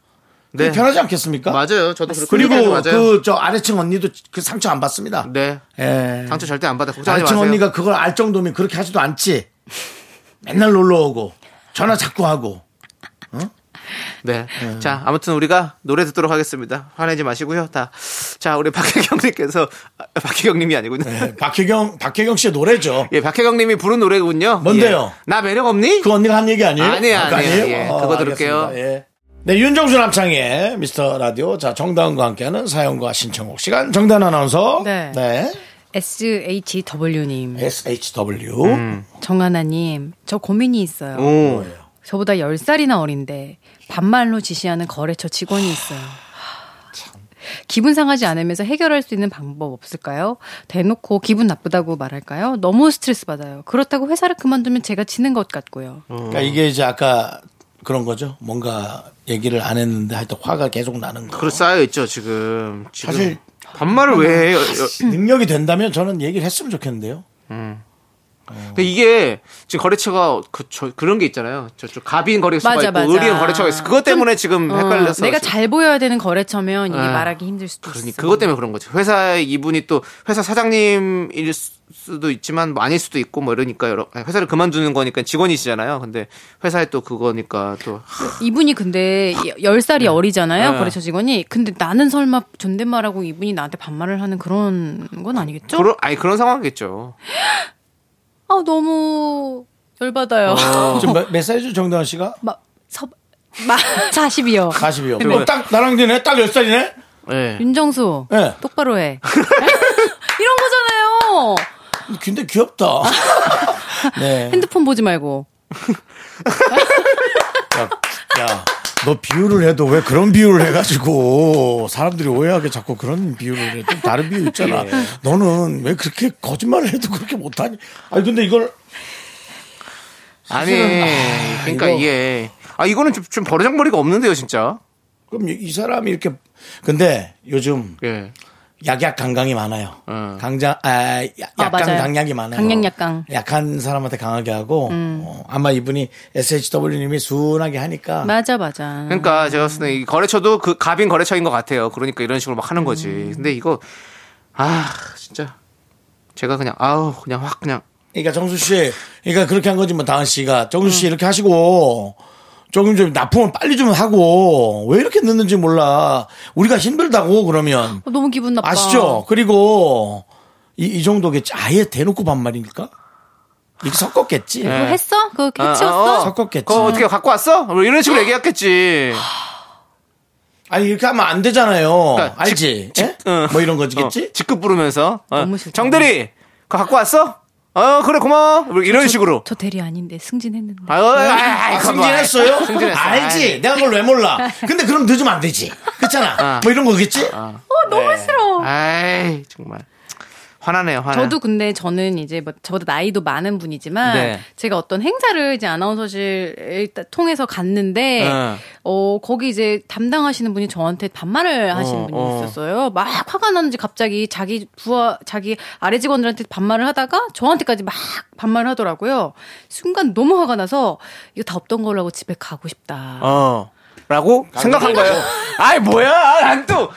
[SPEAKER 1] 그게
[SPEAKER 2] 네.
[SPEAKER 1] 편하지 않겠습니까?
[SPEAKER 2] 맞아요. 저도 그렇게
[SPEAKER 1] 그리고
[SPEAKER 2] 생각해요.
[SPEAKER 1] 그 저 아래층 언니도 그 상처 안 받습니다.
[SPEAKER 2] 네.
[SPEAKER 1] 예.
[SPEAKER 2] 상처 절대 안 받아. 걱정하지
[SPEAKER 1] 아래층
[SPEAKER 2] 마세요.
[SPEAKER 1] 언니가 그걸 알 정도면 그렇게 하지도 않지. 맨날 놀러 오고 전화 자꾸 하고
[SPEAKER 2] 네. 자, 아무튼 우리가 노래 듣도록 하겠습니다. 화내지 마시고요. 다. 자, 우리 박혜경님께서, 아, 박혜경님이 아니군요.
[SPEAKER 1] 네, 박혜경 박혜경 씨의 노래죠.
[SPEAKER 2] (laughs) 예, 박혜경님이 부른 노래군요.
[SPEAKER 1] 뭔데요?
[SPEAKER 2] 예. 나 매력 없니?
[SPEAKER 1] 그 언니가 한 얘기 아니에요?
[SPEAKER 2] 아니에요,
[SPEAKER 1] 그거
[SPEAKER 2] 아니에요. 예, 그거 들을게요.
[SPEAKER 1] 알겠습니다. 예. 네, 윤정수 남창의 미스터 라디오. 자, 정다은과 함께하는 사연과 신청곡 시간. 정다은 아나운서.
[SPEAKER 5] 네. SHW님,
[SPEAKER 1] 네. SHW.
[SPEAKER 2] 음.
[SPEAKER 5] 정하나님, 저 고민이 있어요.
[SPEAKER 2] 오.
[SPEAKER 5] 저보다 10살이나 어린데 반말로 지시하는 거래처 직원이 있어요. 기분 상하지 않으면서 해결할 수 있는 방법 없을까요? 대놓고 기분 나쁘다고 말할까요? 너무 스트레스 받아요. 그렇다고 회사를 그만두면 제가 지는 것 같고요.
[SPEAKER 2] 어,
[SPEAKER 1] 그러니까 이게 이제 아까 그런 거죠. 뭔가 얘기를 안 했는데 하여튼 화가 계속 나는 거.
[SPEAKER 2] 그걸 쌓여있죠, 지금. 지금.
[SPEAKER 1] 사실-
[SPEAKER 2] 반말을 왜 해요? 여-
[SPEAKER 1] 능력이 된다면 저는 얘기를 했으면 좋겠는데요.
[SPEAKER 2] 근데 그 이게 지금 거래처가 그, 저, 그런 게 있잖아요. 저쪽 갑인 거래처가
[SPEAKER 5] 맞아,
[SPEAKER 2] 있고
[SPEAKER 5] 맞아.
[SPEAKER 2] 의리는 거래처가 있어. 그것 때문에 지금
[SPEAKER 5] 어,
[SPEAKER 2] 음, 헷갈려서
[SPEAKER 5] 내가
[SPEAKER 2] 지금-
[SPEAKER 5] 잘 보여야 되는 거래처면 이게
[SPEAKER 2] 네.
[SPEAKER 5] 말하기 힘들 수도
[SPEAKER 2] 그러니
[SPEAKER 5] 있어.
[SPEAKER 2] 그것 때문에 그런 거죠. 회사 이분이 또 회사 사장님일 수- 수도 있지만 뭐 아닐 수도 있고 뭐 이러니까 여러 회사를 그만두는 거니까 직원이시잖아요. 근데 회사에 또 그거니까 또
[SPEAKER 5] 이분이 근데 10살이 어리잖아요.
[SPEAKER 2] 네.
[SPEAKER 5] 거래처 직원이. 근데 나는 설마 존댓말하고 이분이 나한테 반말을 하는 그런 건 아니겠죠?
[SPEAKER 2] 그런 아니 그런 상황이겠죠.
[SPEAKER 5] 아 너무 열받아요.
[SPEAKER 2] 어.
[SPEAKER 1] 지금 몇, 몇 살이죠, 정다은 씨가?
[SPEAKER 5] 마, 서, 마, (laughs) 40이요.
[SPEAKER 1] 40이요.
[SPEAKER 2] 네.
[SPEAKER 1] 어, 딱 나랑 되네. 딱 10살이네.
[SPEAKER 2] 예.
[SPEAKER 5] 윤정수,
[SPEAKER 1] 네.
[SPEAKER 5] 똑바로 해. (laughs) 이런 거잖아요.
[SPEAKER 1] 근데 귀엽다.
[SPEAKER 2] (laughs)
[SPEAKER 1] 네.
[SPEAKER 5] 핸드폰 보지 말고.
[SPEAKER 1] 야, 야, 너 비유를 해도 왜 그런 비유를 해가지고 사람들이 오해하게 자꾸 그런 비유를 해. 좀 다른 비유 있잖아. 너는 왜 그렇게 거짓말을 해도 그렇게 못하니? 아니, 근데 이걸.
[SPEAKER 2] 아니
[SPEAKER 1] 사실은-
[SPEAKER 2] 그러니까
[SPEAKER 1] 이거-
[SPEAKER 2] 이게아 이거는 좀, 좀 버르장머리가 없는데요, 진짜.
[SPEAKER 1] 그럼 이- 이 사람이 이렇게. 근데 요즘
[SPEAKER 2] 예.
[SPEAKER 1] 약약 강강이 많아요.
[SPEAKER 2] 어.
[SPEAKER 1] 강자, 아, 야-
[SPEAKER 5] 아,
[SPEAKER 1] 약강
[SPEAKER 5] 맞아요.
[SPEAKER 1] 강약이 많아요.
[SPEAKER 5] 강약, 음. 약강.
[SPEAKER 1] 약한 사람한테 강하게 하고 어, 아마 이분이 SHW님이 순하게 하니까
[SPEAKER 5] 맞아, 맞아.
[SPEAKER 2] 그러니까 제가 봤을 때이 거래처도 그 갑인 거래처인 것 같아요. 그러니까 이런 식으로 막 하는 거지.
[SPEAKER 1] 음.
[SPEAKER 2] 근데 이거 아 진짜 제가 그냥 아우 그냥 확 그냥
[SPEAKER 1] 그러니까 정수 씨, 그러니까 그렇게 한 거지 뭐 다은 씨가 정수
[SPEAKER 2] 음.
[SPEAKER 1] 씨 이렇게 하시고 조금 좀 납품을 빨리 좀 하고 왜 이렇게 늦는지 몰라. 우리가 힘들다고 그러면
[SPEAKER 5] 어, 너무 기분 나빠.
[SPEAKER 1] 아시죠? 그리고 이, 이 정도겠지. 아예 대놓고 반말입니까? 이렇게 섞었겠지.
[SPEAKER 5] 그거 뭐 했어? 그거
[SPEAKER 2] 아,
[SPEAKER 5] 해치웠어?
[SPEAKER 2] 아, 어.
[SPEAKER 1] 섞었겠지.
[SPEAKER 2] 그거 어떻게 갖고 왔어? 뭐 이런 식으로 얘기했겠지.
[SPEAKER 1] 아니 이렇게 하면 안 되잖아요.
[SPEAKER 2] 그러니까
[SPEAKER 1] 알지?
[SPEAKER 2] 직-
[SPEAKER 1] 예?
[SPEAKER 2] 응.
[SPEAKER 1] (gasps) 뭐 이런 거지겠지?
[SPEAKER 2] 어, 직급 부르면서 어,
[SPEAKER 5] 너무 싫다.
[SPEAKER 2] 정대리 그거 갖고 왔어? 어 그래 고마워. 뭐 이런 식으로.
[SPEAKER 5] 저 대리 아닌데, 승진했는데.
[SPEAKER 2] 아유, 어, 아유, 아유,
[SPEAKER 1] 아,
[SPEAKER 2] 그거
[SPEAKER 1] 승진했어요?
[SPEAKER 2] 아이, 승진했어.
[SPEAKER 1] 알지?
[SPEAKER 2] 아이.
[SPEAKER 1] 내가 그걸 왜 몰라? 근데 그럼 늦으면 안 되지. 그렇잖아.
[SPEAKER 2] 아.
[SPEAKER 1] 뭐 이런 거겠지?
[SPEAKER 5] 아,
[SPEAKER 2] 네.
[SPEAKER 5] 너무 싫어.
[SPEAKER 2] 아이 정말 아, 화나네요. 화나.
[SPEAKER 5] 저도 근데 저는 이제 뭐 저보다 나이도 많은 분이지만
[SPEAKER 2] 네.
[SPEAKER 5] 제가 어떤 행사를 이제 아나운서실 통해서 갔는데
[SPEAKER 2] 네.
[SPEAKER 5] 어 거기 이제 담당하시는 분이 저한테 반말을 하시는
[SPEAKER 2] 어,
[SPEAKER 5] 분이
[SPEAKER 2] 어.
[SPEAKER 5] 있었어요. 막 화가 나는지 갑자기 자기 부하 자기 아래 직원들한테 반말을 하다가 저한테까지 막 반말을 하더라고요. 순간 너무 화가 나서 이거 다 없던 걸로 하고
[SPEAKER 2] 아.
[SPEAKER 5] 집에 가고 싶다.
[SPEAKER 2] 어. 라고 생각한 거예요. 아이 뭐야? 난또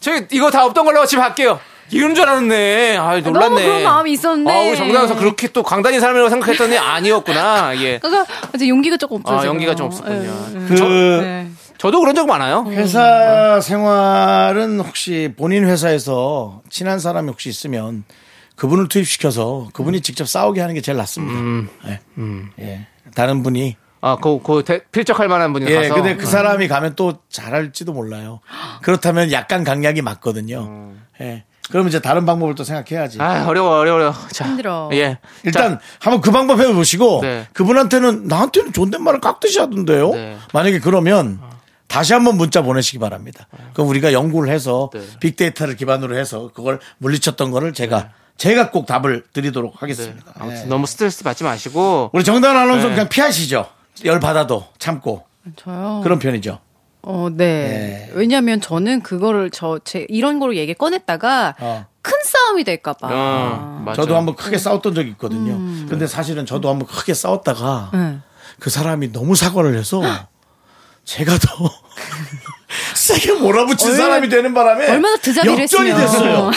[SPEAKER 2] 저 이거 다 없던 걸로 집에 갈게요. 이런 줄 알았네. 아, 놀랐네.
[SPEAKER 5] 너무 그런 마음이 있었는데.
[SPEAKER 2] 아우, 정당해서 그렇게 또 강단인 사람이라고
[SPEAKER 5] (laughs)
[SPEAKER 2] 생각했더니 아니었구나. 예.
[SPEAKER 5] 그러니까 이제 용기가 조금 없어요.
[SPEAKER 2] 아,
[SPEAKER 5] 지금.
[SPEAKER 2] 연기가 좀 없었군요.
[SPEAKER 5] 예, 예.
[SPEAKER 1] 그
[SPEAKER 5] 그렇죠. 네.
[SPEAKER 2] 저도 그런 적 많아요.
[SPEAKER 1] 회사 생활은 혹시 본인 회사에서 친한 사람이 혹시 있으면 그분을 투입시켜서
[SPEAKER 2] 음.
[SPEAKER 1] 그분이 직접 싸우게 하는 게 제일 낫습니다. 예. 예. 다른 분이
[SPEAKER 2] 아, 그, 그, 대- 필적할 만한 분이
[SPEAKER 1] 예,
[SPEAKER 2] 가서. 어.
[SPEAKER 1] 근데 그 사람이 가면 또 잘할지도 몰라요. 그렇다면 약간 강약이 맞거든요. 예. 그럼 이제 다른 방법을 또 생각해야지.
[SPEAKER 2] 어. 아, 어려워, 어려워, 어려워. 자.
[SPEAKER 5] 힘들어.
[SPEAKER 2] 예.
[SPEAKER 1] 일단
[SPEAKER 2] 자,
[SPEAKER 1] 한번 그 방법 해보시고
[SPEAKER 2] 네.
[SPEAKER 1] 그분한테는 나한테는 존댓말을 깍듯이 하던데요.
[SPEAKER 2] 네. 어.
[SPEAKER 1] 만약에 그러면 다시 한번 문자 보내시기 바랍니다. 그럼 우리가 연구를 해서
[SPEAKER 2] 네.
[SPEAKER 1] 빅데이터를 기반으로 해서 그걸 물리쳤던 거를 제가 제가 꼭 답을 드리도록 하겠습니다.
[SPEAKER 2] 아무튼
[SPEAKER 1] 네.
[SPEAKER 2] 너무 스트레스 받지 마시고.
[SPEAKER 1] 우리 정단 아나운서
[SPEAKER 2] 네.
[SPEAKER 1] 그냥 피하시죠. 열 받아도 참고
[SPEAKER 5] 저요.
[SPEAKER 1] 그런 편이죠.
[SPEAKER 5] 어, 네.
[SPEAKER 1] 네.
[SPEAKER 5] 왜냐면 저는 그거를 저 제 이런 거를 얘기 꺼냈다가
[SPEAKER 1] 어.
[SPEAKER 5] 큰 싸움이 될까 봐.
[SPEAKER 2] 어, 맞아.
[SPEAKER 1] 저도 한번
[SPEAKER 5] 음.
[SPEAKER 1] 크게 싸웠던 적이 있거든요. 근데 사실은 저도 한번 크게 싸웠다가
[SPEAKER 5] 네.
[SPEAKER 1] 그 사람이 너무 사과를 해서 제가 더 (laughs) 세게 몰아붙인
[SPEAKER 5] 얼마-
[SPEAKER 1] 사람이 되는 바람에
[SPEAKER 5] 얼마나 드잡이를
[SPEAKER 1] 역전이
[SPEAKER 5] 했으면.
[SPEAKER 1] 됐어요.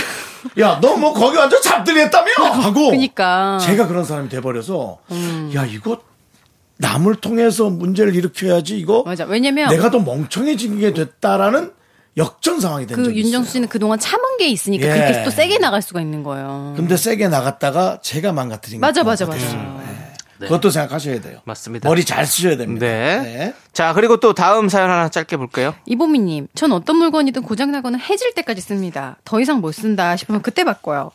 [SPEAKER 1] 야, 너 뭐 거기 완전 잡들이했다며 하고
[SPEAKER 5] 음. 그니까. 어. 음.
[SPEAKER 1] 제가 그런 사람이 돼버려서 야 이거 남을 통해서 문제를 일으켜야지 이거
[SPEAKER 5] 맞아. 왜냐면 그
[SPEAKER 1] 내가 더 멍청해지게 됐다라는 역전 상황이 된
[SPEAKER 5] 그
[SPEAKER 1] 적이 있어요.
[SPEAKER 5] 윤정수 씨는 그동안 참은 게 있으니까
[SPEAKER 1] 예.
[SPEAKER 5] 그렇게 또 세게 나갈 수가 있는 거예요.
[SPEAKER 1] 근데 세게 나갔다가 제가 망가뜨린
[SPEAKER 5] 맞아,
[SPEAKER 1] 것
[SPEAKER 5] 맞아,
[SPEAKER 1] 같아요. 예.
[SPEAKER 5] 맞아.
[SPEAKER 1] 그것도 생각하셔야 돼요.
[SPEAKER 2] 네. 맞습니다.
[SPEAKER 1] 머리 잘 쓰셔야 됩니다.
[SPEAKER 2] 네.
[SPEAKER 1] 네.
[SPEAKER 2] 자, 그리고 또 다음 사연 하나 짧게 볼까요?
[SPEAKER 5] 이보미님, 전 어떤 물건이든 고장나거나 해질 때까지 씁니다. 더 이상 못 쓴다 싶으면 그때 바꿔요.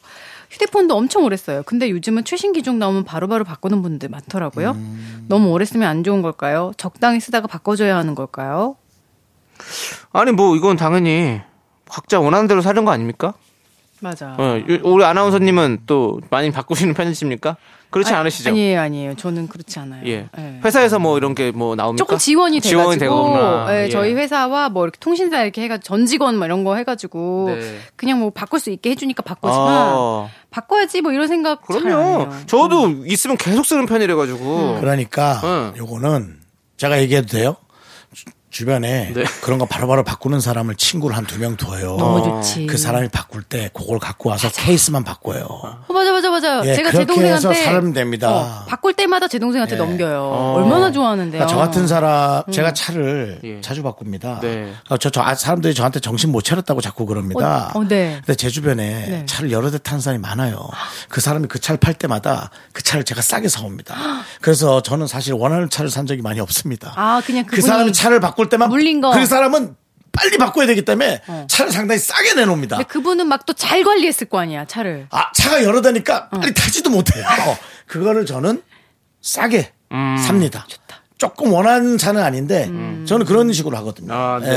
[SPEAKER 5] 휴대폰도 엄청 오래 써요. 근데 요즘은 최신 기종 나오면 바로바로 바꾸는 분들 많더라고요.
[SPEAKER 1] 음.
[SPEAKER 5] 너무 오래 쓰면 안 좋은 걸까요? 적당히 쓰다가 바꿔줘야 하는 걸까요?
[SPEAKER 2] 아니, 뭐, 이건 당연히 각자 원하는 대로 사는 거 아닙니까?
[SPEAKER 5] 맞아.
[SPEAKER 2] 어, 유- 우리 아나운서님은 또 많이 바꾸시는 편이십니까? 그렇지 않으시죠?
[SPEAKER 5] 아니에요, 아니에요. 저는 그렇지 않아요.
[SPEAKER 2] 예.
[SPEAKER 5] 예.
[SPEAKER 2] 회사에서 뭐 이런 게 뭐 나옵니까?
[SPEAKER 5] 조금 지원이 돼가지고
[SPEAKER 2] 지원이 되거나.
[SPEAKER 5] 예,
[SPEAKER 2] 예.
[SPEAKER 5] 저희 회사와 뭐 이렇게 통신사 이렇게 해가 전 직원 뭐 이런 거 해가지고
[SPEAKER 2] 네.
[SPEAKER 5] 그냥 뭐 바꿀 수 있게 해주니까 바꾸지만
[SPEAKER 2] 아,
[SPEAKER 5] 바꿔야지 뭐 이런 생각 잘 안
[SPEAKER 2] 그럼요.
[SPEAKER 5] 해요. 음.
[SPEAKER 2] 저도 있으면 계속 쓰는 편이래 가지고.
[SPEAKER 1] 그러니까
[SPEAKER 2] 응.
[SPEAKER 1] 요거는 제가 얘기해도 돼요? 주- 주변에
[SPEAKER 2] 네.
[SPEAKER 1] 그런 거 바로바로 바꾸는 사람을 친구를 한 두 명 둬요.
[SPEAKER 5] 너무 좋지.
[SPEAKER 1] 그 사람이 바꿀 때 그걸 갖고 와서 케이스만 바꿔요.
[SPEAKER 5] 어, 맞아 맞아 맞아.
[SPEAKER 1] 예,
[SPEAKER 5] 제가 제
[SPEAKER 1] 그렇게
[SPEAKER 5] 동생한테
[SPEAKER 1] 해서 사람 됩니다.
[SPEAKER 5] 어, 바꿀 때마다 제 동생한테
[SPEAKER 1] 예.
[SPEAKER 5] 넘겨요.
[SPEAKER 2] 어.
[SPEAKER 5] 얼마나 좋아하는데요.
[SPEAKER 1] 그러니까 저
[SPEAKER 5] 어.
[SPEAKER 1] 같은 사람
[SPEAKER 5] 음.
[SPEAKER 1] 제가 차를
[SPEAKER 2] 예.
[SPEAKER 1] 자주 바꿉니다.
[SPEAKER 2] 네.
[SPEAKER 1] 어, 저, 저 아, 사람들이 저한테 정신 못 차렸다고 자꾸 그럽니다.
[SPEAKER 5] 어, 어, 네.
[SPEAKER 1] 근데 제 주변에
[SPEAKER 5] 네.
[SPEAKER 1] 차를 여러 대 탄 사람이 많아요. 그 사람이 그 차를 팔 때마다 그 차를 제가 싸게 사옵니다. 그래서 저는 사실 원하는 차를 산 적이 많이 없습니다.
[SPEAKER 5] 아, 그냥
[SPEAKER 1] 그
[SPEAKER 5] 그분이
[SPEAKER 1] 사람이 차를 바꿀 때만
[SPEAKER 5] 물린 거. 어.
[SPEAKER 1] 그 사람은 빨리 바꿔야 되기 때문에 차를 상당히 싸게 내놓습니다.
[SPEAKER 5] 근데 그분은 막 또 잘 관리했을 거 아니야 차를.
[SPEAKER 1] 아, 차가 여러 대니까
[SPEAKER 2] 어.
[SPEAKER 1] 빨리 타지도 못해요.
[SPEAKER 2] 아.
[SPEAKER 1] 어, 그거를 저는 싸게
[SPEAKER 2] 음.
[SPEAKER 1] 삽니다. 조금 원하는 차는 아닌데 저는 그런 식으로 하거든요.
[SPEAKER 2] 아, 네.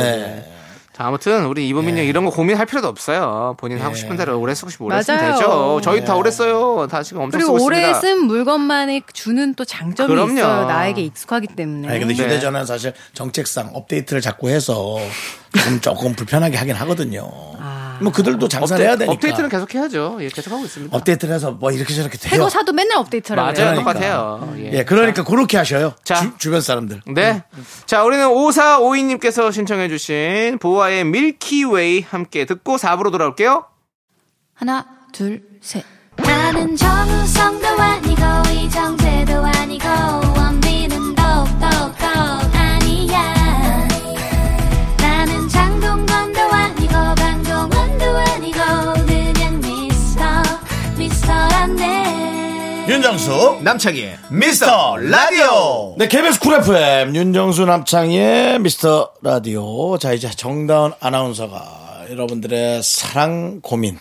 [SPEAKER 1] 예.
[SPEAKER 2] 자, 아무튼 우리 이범민 님 이런 거 고민할 필요도 없어요. 본인
[SPEAKER 1] 예.
[SPEAKER 2] 하고 싶은 대로 오래 쓰고 싶으면 오래 쓰면
[SPEAKER 5] 맞아요.
[SPEAKER 2] 되죠. 저희 다 오래 써요. 다 지금 엄청
[SPEAKER 5] 그리고
[SPEAKER 2] 쓰고
[SPEAKER 5] 오래
[SPEAKER 2] 있습니다.
[SPEAKER 5] 쓴 물건만이 주는 또 장점이
[SPEAKER 2] 그럼요.
[SPEAKER 5] 있어요. 나에게 익숙하기 때문에.
[SPEAKER 1] 아니,
[SPEAKER 2] 음, 네.
[SPEAKER 1] 근데 휴대전화는 사실 정책상 업데이트를 자꾸 해서 조금, 조금 불편하게 하긴 하거든요. 뭐 그들도 장사를 해야 되니까.
[SPEAKER 2] 아. 업데이트는 계속 해야죠. 예, 계속 하고 있습니다.
[SPEAKER 1] 업데이트를 해서 뭐 이렇게 저렇게 돼요.
[SPEAKER 5] 새거 사도 맨날 업데이트를
[SPEAKER 2] 맞아요.
[SPEAKER 5] 해요.
[SPEAKER 2] 똑같아요. 예.
[SPEAKER 1] 예, 음. 그러니까 그렇게 하셔요.
[SPEAKER 2] 자.
[SPEAKER 1] 주, 주변 사람들.
[SPEAKER 2] 네. 자, 우리는 5452님께서 신청해주신 보아의 밀키웨이 함께 듣고 4부로 돌아올게요.
[SPEAKER 5] 하나, 둘, 셋.
[SPEAKER 3] 나는 정우성도 아니고 이정재도 아니고 원빈은 더욱더 아니야 나는 장동건도 아니고 방종원도 아니고 그냥 미스터 미스터란데
[SPEAKER 1] 윤정수 남창희의 미스터 라디오 네 KBS 쿨 FM 윤정수 남창희의 미스터 라디오 자 이제 정다운 아나운서가 여러분들의 사랑 고민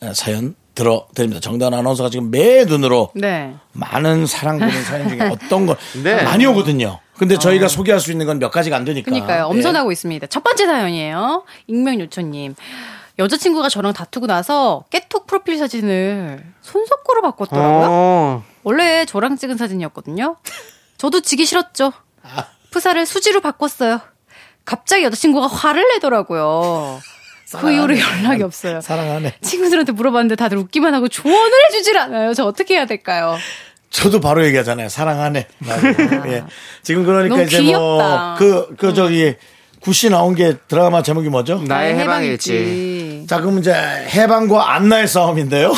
[SPEAKER 1] 에, 사연 들어드립니다 정다운 아나운서가 지금 매 눈으로
[SPEAKER 5] 네.
[SPEAKER 1] 많은 사랑 고민 사연 중에 어떤 걸
[SPEAKER 2] 네.
[SPEAKER 1] 많이 오거든요 근데 저희가 소개할 수 있는 건 몇 가지가 안 되니까
[SPEAKER 5] 아. 그러니까요.
[SPEAKER 1] 예.
[SPEAKER 2] 네.
[SPEAKER 5] 엄선하고 있습니다. 첫 번째 사연이에요. 익명 요청님. 여자친구가 저랑 다투고 나서 깨톡 프로필 사진을 손석구로 바꿨더라고요.
[SPEAKER 2] 어,
[SPEAKER 5] 원래 저랑 찍은 사진이었거든요. 저도 지기 싫었죠.
[SPEAKER 1] 아,
[SPEAKER 5] 푸사를 수지로 바꿨어요. 갑자기 여자친구가 화를 내더라고요. 그 이후로 연락이 없어요.
[SPEAKER 1] 사랑하네
[SPEAKER 5] 친구들한테 물어봤는데 다들 웃기만 하고 조언을 해주질 않아요. 저 어떻게 해야 될까요?
[SPEAKER 1] 저도 바로 얘기하잖아요. 사랑하네. 라고. 예. 지금 그러니까
[SPEAKER 5] 너무 음.
[SPEAKER 1] 이제 뭐
[SPEAKER 5] 귀엽다.
[SPEAKER 1] 그 그 저기 구씨 나온 게 드라마 제목이 뭐죠?
[SPEAKER 5] 네,
[SPEAKER 2] 나의 해방일지.
[SPEAKER 1] 자, 그럼 이제 해방과 안나의
[SPEAKER 2] (laughs)
[SPEAKER 1] 싸움인데요.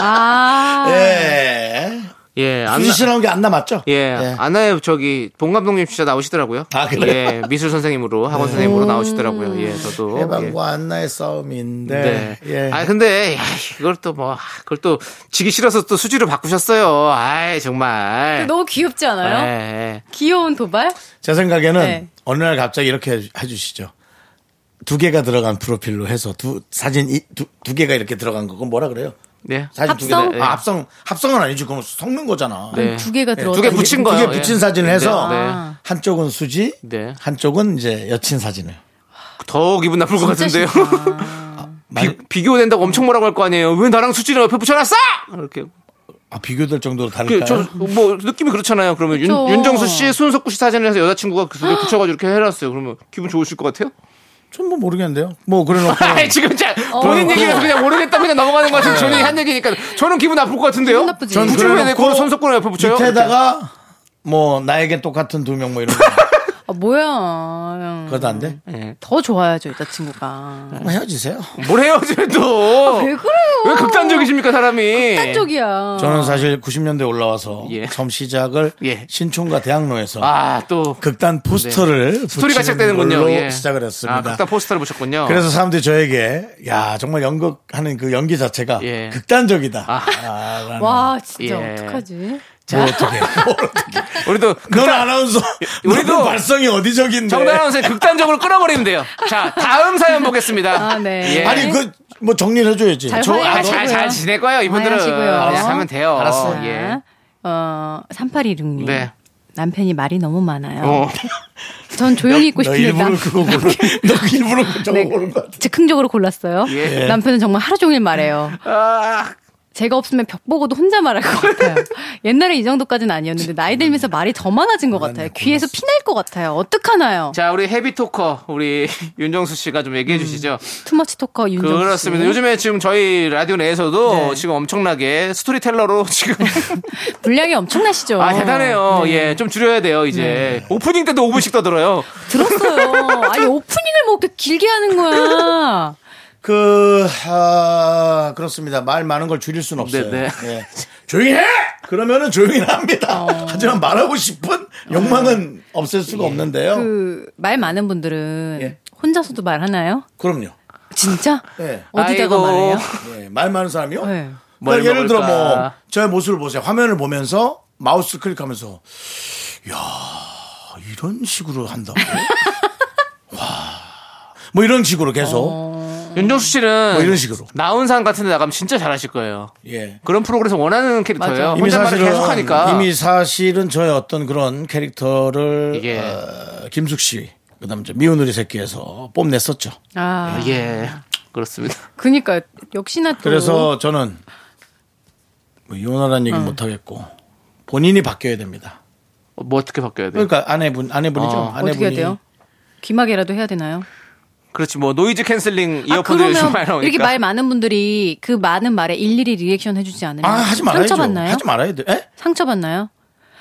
[SPEAKER 5] 아.
[SPEAKER 2] 네.
[SPEAKER 1] 예.
[SPEAKER 2] 예,
[SPEAKER 1] 구씨 씨 나온 게 안나 맞죠?
[SPEAKER 2] 예, 안나의 저기 봉 감독님 진짜 나오시더라고요.
[SPEAKER 1] 네. 아, 그래요? 네.
[SPEAKER 2] 예, 미술 선생님으로 학원 선생님으로 나오시더라고요. 예,
[SPEAKER 1] 음,
[SPEAKER 2] 저도. 예.
[SPEAKER 1] 해방과 안나의 싸움인데.
[SPEAKER 2] 네.
[SPEAKER 1] 예.
[SPEAKER 2] 아 근데 야, 이걸 또 뭐, 아, 그걸 또 지기 싫어서 또 수지로 바꾸셨어요. 아이 정말.
[SPEAKER 5] 너무 귀엽지
[SPEAKER 1] 어?
[SPEAKER 5] 않아요?
[SPEAKER 2] 예,
[SPEAKER 5] 귀여운 도발?
[SPEAKER 1] 제 생각에는
[SPEAKER 5] 네.
[SPEAKER 1] 어느 날 갑자기 이렇게 해주- 해주시죠. 두 개가 들어간 프로필로 해서 두 사진 이- 두, 두 개가 이렇게 들어간 거 그건 뭐라 그래요?
[SPEAKER 2] 예. 네.
[SPEAKER 1] 사진 두
[SPEAKER 5] 합성?
[SPEAKER 1] 개. 아, 합성 합성은 아니지. 그건 섞는 거잖아.
[SPEAKER 2] 네.
[SPEAKER 5] 두 개가 들어가.
[SPEAKER 2] 두 개 붙인 거예요.
[SPEAKER 1] 두개 붙인 사진을 해서
[SPEAKER 2] 네, 네.
[SPEAKER 5] 아.
[SPEAKER 1] 한쪽은 수지,
[SPEAKER 2] 네.
[SPEAKER 1] 한쪽은 이제 여친 사진을.
[SPEAKER 2] 더 기분 나쁠 것 같은데요.
[SPEAKER 1] 말-
[SPEAKER 2] 비, 교된다고 엄청 뭐라고 할 거 아니에요. 왜 나랑 수지를 옆에 붙여놨어? 이렇게.
[SPEAKER 1] 아, 비교될 정도로 다를까요?
[SPEAKER 2] 그, 저, 뭐, 느낌이 그렇잖아요. 그러면
[SPEAKER 5] 그쵸.
[SPEAKER 2] 윤, 정수 씨, 손석구 씨 사진을 해서 여자친구가 그 속에 붙여가지고 이렇게 해놨어요. 그러면 기분 좋으실 것 같아요?
[SPEAKER 1] 전 뭐 모르겠는데요. 뭐 그래놓고
[SPEAKER 2] (laughs) 아이, 지금 자, 본인
[SPEAKER 1] 그럼-
[SPEAKER 2] 얘기라서 그냥 모르겠다 그냥 넘어가는 것 같은 저는 한 얘기니까 저는 기분 나쁠 것 같은데요?
[SPEAKER 5] 기분 나쁘지.
[SPEAKER 1] 전
[SPEAKER 2] 붙이면
[SPEAKER 1] 그래놓고
[SPEAKER 2] 되고 손석구를 옆에 붙여요?
[SPEAKER 1] 밑에다가 뭐 나에게 똑같은 두 명 뭐 이런 거
[SPEAKER 5] 아, 뭐야.
[SPEAKER 1] 그것도 안 돼?
[SPEAKER 2] 예.
[SPEAKER 5] 더 좋아야죠, 여자친구가.
[SPEAKER 1] 그럼 헤어지세요.
[SPEAKER 2] 뭘 해요,
[SPEAKER 1] 어,
[SPEAKER 2] 쟤도?
[SPEAKER 5] 왜 그래요?
[SPEAKER 2] 네. 왜 극단적이십니까, 사람이?
[SPEAKER 5] 극단적이야.
[SPEAKER 1] 저는 사실 90년대 올라와서
[SPEAKER 2] 예.
[SPEAKER 1] 처음 시작을
[SPEAKER 2] 예.
[SPEAKER 1] 신촌과 대학로에서
[SPEAKER 2] 아, 또.
[SPEAKER 1] 극단 포스터를
[SPEAKER 2] 스토리가
[SPEAKER 1] 붙이는
[SPEAKER 2] 시작되는군요.
[SPEAKER 1] 걸로
[SPEAKER 2] 예.
[SPEAKER 1] 시작을 했습니다.
[SPEAKER 2] 아, 극단 포스터를 붙였군요.
[SPEAKER 1] 그래서 사람들이 저에게 야 정말 연극하는 그 연기 자체가
[SPEAKER 2] 예.
[SPEAKER 1] 극단적이다.
[SPEAKER 2] 아.
[SPEAKER 1] 아,
[SPEAKER 2] (laughs)
[SPEAKER 1] 라는.
[SPEAKER 5] 와, 진짜
[SPEAKER 2] 예.
[SPEAKER 5] 어떡하지?
[SPEAKER 1] 뭐 어떻게? 뭘 어떻게?
[SPEAKER 2] 우리도
[SPEAKER 1] 넌 아나운서.
[SPEAKER 2] 우리도-
[SPEAKER 1] 우리도 발성이 어디적인데?
[SPEAKER 2] 정단 아나운서 극단적으로 끌어버리면 돼요. 자, 다음 사연 보겠습니다.
[SPEAKER 5] 아, 네.
[SPEAKER 2] 예.
[SPEAKER 1] 아니 그 뭐 정리를 해줘야지.
[SPEAKER 5] 잘
[SPEAKER 1] 저-
[SPEAKER 2] 아,
[SPEAKER 5] 화해하시고요.
[SPEAKER 2] 잘, 잘 지낼 거예요, 이분들은.
[SPEAKER 5] 네, 화해하시고요.
[SPEAKER 2] 그냥 하면 돼요.
[SPEAKER 1] 알았어.
[SPEAKER 5] 자,
[SPEAKER 2] 예.
[SPEAKER 5] 어, 3816님.
[SPEAKER 2] 네.
[SPEAKER 5] 남편이 말이 너무 많아요.
[SPEAKER 2] 어.
[SPEAKER 5] 전 조용히 있고
[SPEAKER 1] 너
[SPEAKER 5] 싶은데
[SPEAKER 1] 일부러
[SPEAKER 5] 남-
[SPEAKER 1] 그거 보는 (laughs) 너 일부러 저거
[SPEAKER 5] 네.
[SPEAKER 1] 보는 것 같아.
[SPEAKER 5] 즉흥적으로 골랐어요.
[SPEAKER 2] 예.
[SPEAKER 5] 남편은 정말 하루 종일 말해요.
[SPEAKER 2] 아,
[SPEAKER 5] 제가 없으면 벽 보고도 혼자 말할 것
[SPEAKER 2] (laughs)
[SPEAKER 5] 같아요. 옛날에 이 정도까지는 아니었는데 나이 들면서 말이 더 많아진 것 같아요. 귀에서 피날 것 같아요. 어떡하나요?
[SPEAKER 2] 자, 우리 헤비토커, 우리 (laughs) 윤정수 씨가 좀 얘기해 주시죠.
[SPEAKER 5] 투머치 토커 음, 윤정 씨. 네.
[SPEAKER 2] 그렇습니다. 요즘에 지금 저희 라디오 내에서도 지금 엄청나게 스토리텔러로 (laughs) 지금.
[SPEAKER 5] 분량이 엄청나시죠.
[SPEAKER 2] 아, 대단해요.
[SPEAKER 5] 네.
[SPEAKER 2] 예, 좀 줄여야 돼요, 이제. 오프닝 때도 5분씩 떠들어요. (laughs)
[SPEAKER 5] 들었어요. 아니 오프닝을 뭐 이렇게 길게 하는 거야.
[SPEAKER 1] 그, 아, 그렇습니다. 말 많은 걸 줄일 수는 없어요.
[SPEAKER 2] 네,
[SPEAKER 1] 예. 조용히 해! 그러면은 조용히 합니다. 하지만 말하고 싶은 욕망은 없앨 수가 없는데요. 그...
[SPEAKER 5] 그 말 많은 분들은
[SPEAKER 1] 예.
[SPEAKER 5] 혼자서도 말하나요?
[SPEAKER 1] 럼요
[SPEAKER 5] 진짜?
[SPEAKER 1] 예.
[SPEAKER 5] 어디다가
[SPEAKER 2] 네. 아이고.
[SPEAKER 5] 말해요?
[SPEAKER 1] 예, 말 많은 사람이요?
[SPEAKER 5] 네.
[SPEAKER 2] 뭘
[SPEAKER 1] 그러니까 예를 들어
[SPEAKER 2] 먹을까?
[SPEAKER 1] 뭐, 저의 모습을 보세요. 화면을 보면서 마우스 클릭하면서, 야 이런 식으로 한다고? (laughs) 와. 뭐 이런 식으로 계속.
[SPEAKER 2] 윤정수 씨는.
[SPEAKER 1] 뭐 이런 식으로.
[SPEAKER 2] 나운산 같은 데 나가면 진짜 잘하실 거예요.
[SPEAKER 1] 예.
[SPEAKER 2] 그런 프로그램에서 원하는 캐릭터예요.
[SPEAKER 5] 맞아.
[SPEAKER 2] 혼잣말을 계속 하니까.
[SPEAKER 1] 이미 사실은 저의 어떤 그런 캐릭터를
[SPEAKER 2] 예.
[SPEAKER 1] 어, 김숙 씨 그다음 저 미운 우리 새끼에서 뽐냈었죠.
[SPEAKER 5] 아,
[SPEAKER 2] 예. 그렇습니다.
[SPEAKER 5] 그니까 역시나 또
[SPEAKER 1] 그래서 저는 뭐 이혼하라는
[SPEAKER 5] 음.
[SPEAKER 1] 얘기 못 하겠고 본인이 바뀌어야 됩니다.
[SPEAKER 2] 어, 뭐 어떻게 바뀌어야 돼요?
[SPEAKER 1] 그러니까 아내분 아내분이죠.
[SPEAKER 2] 어,
[SPEAKER 1] 아내분이
[SPEAKER 5] 어떻게 해야 돼요? 귀마개라도 해야 되나요?
[SPEAKER 2] 그렇지 뭐 노이즈 캔슬링
[SPEAKER 5] 아,
[SPEAKER 2] 이어폰들 요즘 많이
[SPEAKER 5] 그러면
[SPEAKER 2] 나오니까
[SPEAKER 5] 이렇게 말 많은 분들이 그 많은 말에 일일이 리액션 해주지 않으면
[SPEAKER 1] 아 하지 말아야죠.
[SPEAKER 5] 상처받나요?
[SPEAKER 1] 하지 말아야 돼. 에?
[SPEAKER 5] 상처받나요?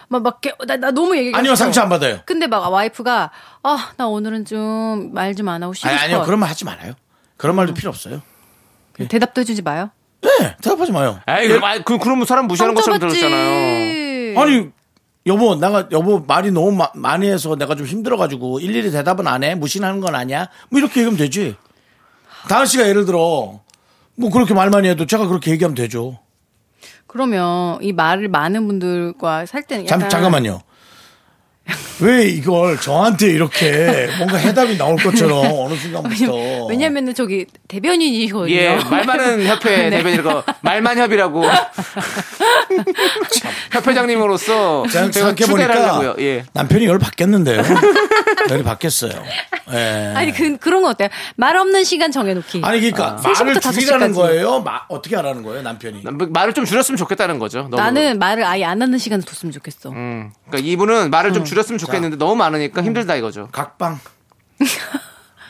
[SPEAKER 5] 막막 나, 나 너무 얘기가
[SPEAKER 1] 아니요
[SPEAKER 5] 싫어.
[SPEAKER 1] 상처 안 받아요.
[SPEAKER 5] 근데 막 와이프가 아 나 오늘은 좀 말 좀 안 하고
[SPEAKER 1] 아니,
[SPEAKER 5] 쉬고 싶어.
[SPEAKER 1] 아니요 그런 말 하지 말아요. 그런
[SPEAKER 5] 음.
[SPEAKER 1] 말도 필요 없어요.
[SPEAKER 5] 대답도 해주지 마요.
[SPEAKER 1] 네 대답하지 마요.
[SPEAKER 2] 에이 그럼, 아이, 그, 그러면 사람 무시하는 것처럼
[SPEAKER 5] 상처받지. 어.
[SPEAKER 2] 들었잖아요
[SPEAKER 5] 예.
[SPEAKER 1] 아니 여보 내가 여보 말이 너무 마- 많이 해서 내가 좀 힘들어가지고 일일이 대답은 안 해 무신하는 건 아니야 뭐 이렇게 얘기하면 되지 다은 씨가 예를 들어 뭐 그렇게 말 많이 해도 제가 그렇게 얘기하면 되죠
[SPEAKER 5] 그러면 이 말을 많은 분들과 살 때는
[SPEAKER 1] 잠,
[SPEAKER 5] 약간 (laughs)
[SPEAKER 1] 잠깐만요 왜 이걸 저한테 이렇게 뭔가 해답이 나올
[SPEAKER 5] (laughs)
[SPEAKER 1] 것처럼 어느 순간부터
[SPEAKER 5] 왜냐면은 저기 대변인이거든요.
[SPEAKER 2] 예 말만은 협회
[SPEAKER 5] 어, (laughs) 네.
[SPEAKER 2] 대변이고 말만
[SPEAKER 5] (laughs)
[SPEAKER 2] 협이라고 협회장님으로서
[SPEAKER 1] 제가
[SPEAKER 2] 제가 추대를 하려고요
[SPEAKER 1] 생각해보니까
[SPEAKER 2] 예
[SPEAKER 1] 남편이 열 받겠는데요
[SPEAKER 5] (laughs)
[SPEAKER 1] 열이 받겠어요 예.
[SPEAKER 5] 아니 그, 그런 거 어때요? 말 없는 시간 정해놓기.
[SPEAKER 1] 아니 그러니까
[SPEAKER 5] 시부터
[SPEAKER 1] 말을
[SPEAKER 5] 다섯
[SPEAKER 1] 줄이라는
[SPEAKER 5] 시까지.
[SPEAKER 1] 거예요 마- 어떻게 하라는 거예요 남편이
[SPEAKER 2] 남- 뭐, 말을 좀 줄였으면 좋겠다는 거죠 너무.
[SPEAKER 5] 나는 말을 아예 안 하는 시간을 뒀으면 좋겠어.
[SPEAKER 2] 음, 그러니까 이분은 말을
[SPEAKER 5] 음.
[SPEAKER 2] 좀 줄였으면 좋겠는데 너무 많으니까
[SPEAKER 1] 음.
[SPEAKER 2] 힘들다 이거죠
[SPEAKER 1] 각방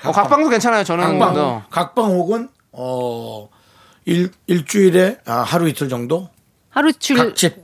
[SPEAKER 2] 어, 각방도 괜찮아요 저는
[SPEAKER 1] 음.
[SPEAKER 5] 음,
[SPEAKER 1] 각방,
[SPEAKER 2] 어,
[SPEAKER 1] 각방 혹은 어 일, 일주일에 아, 하루 이틀 정도
[SPEAKER 5] 하루 줄
[SPEAKER 1] 각집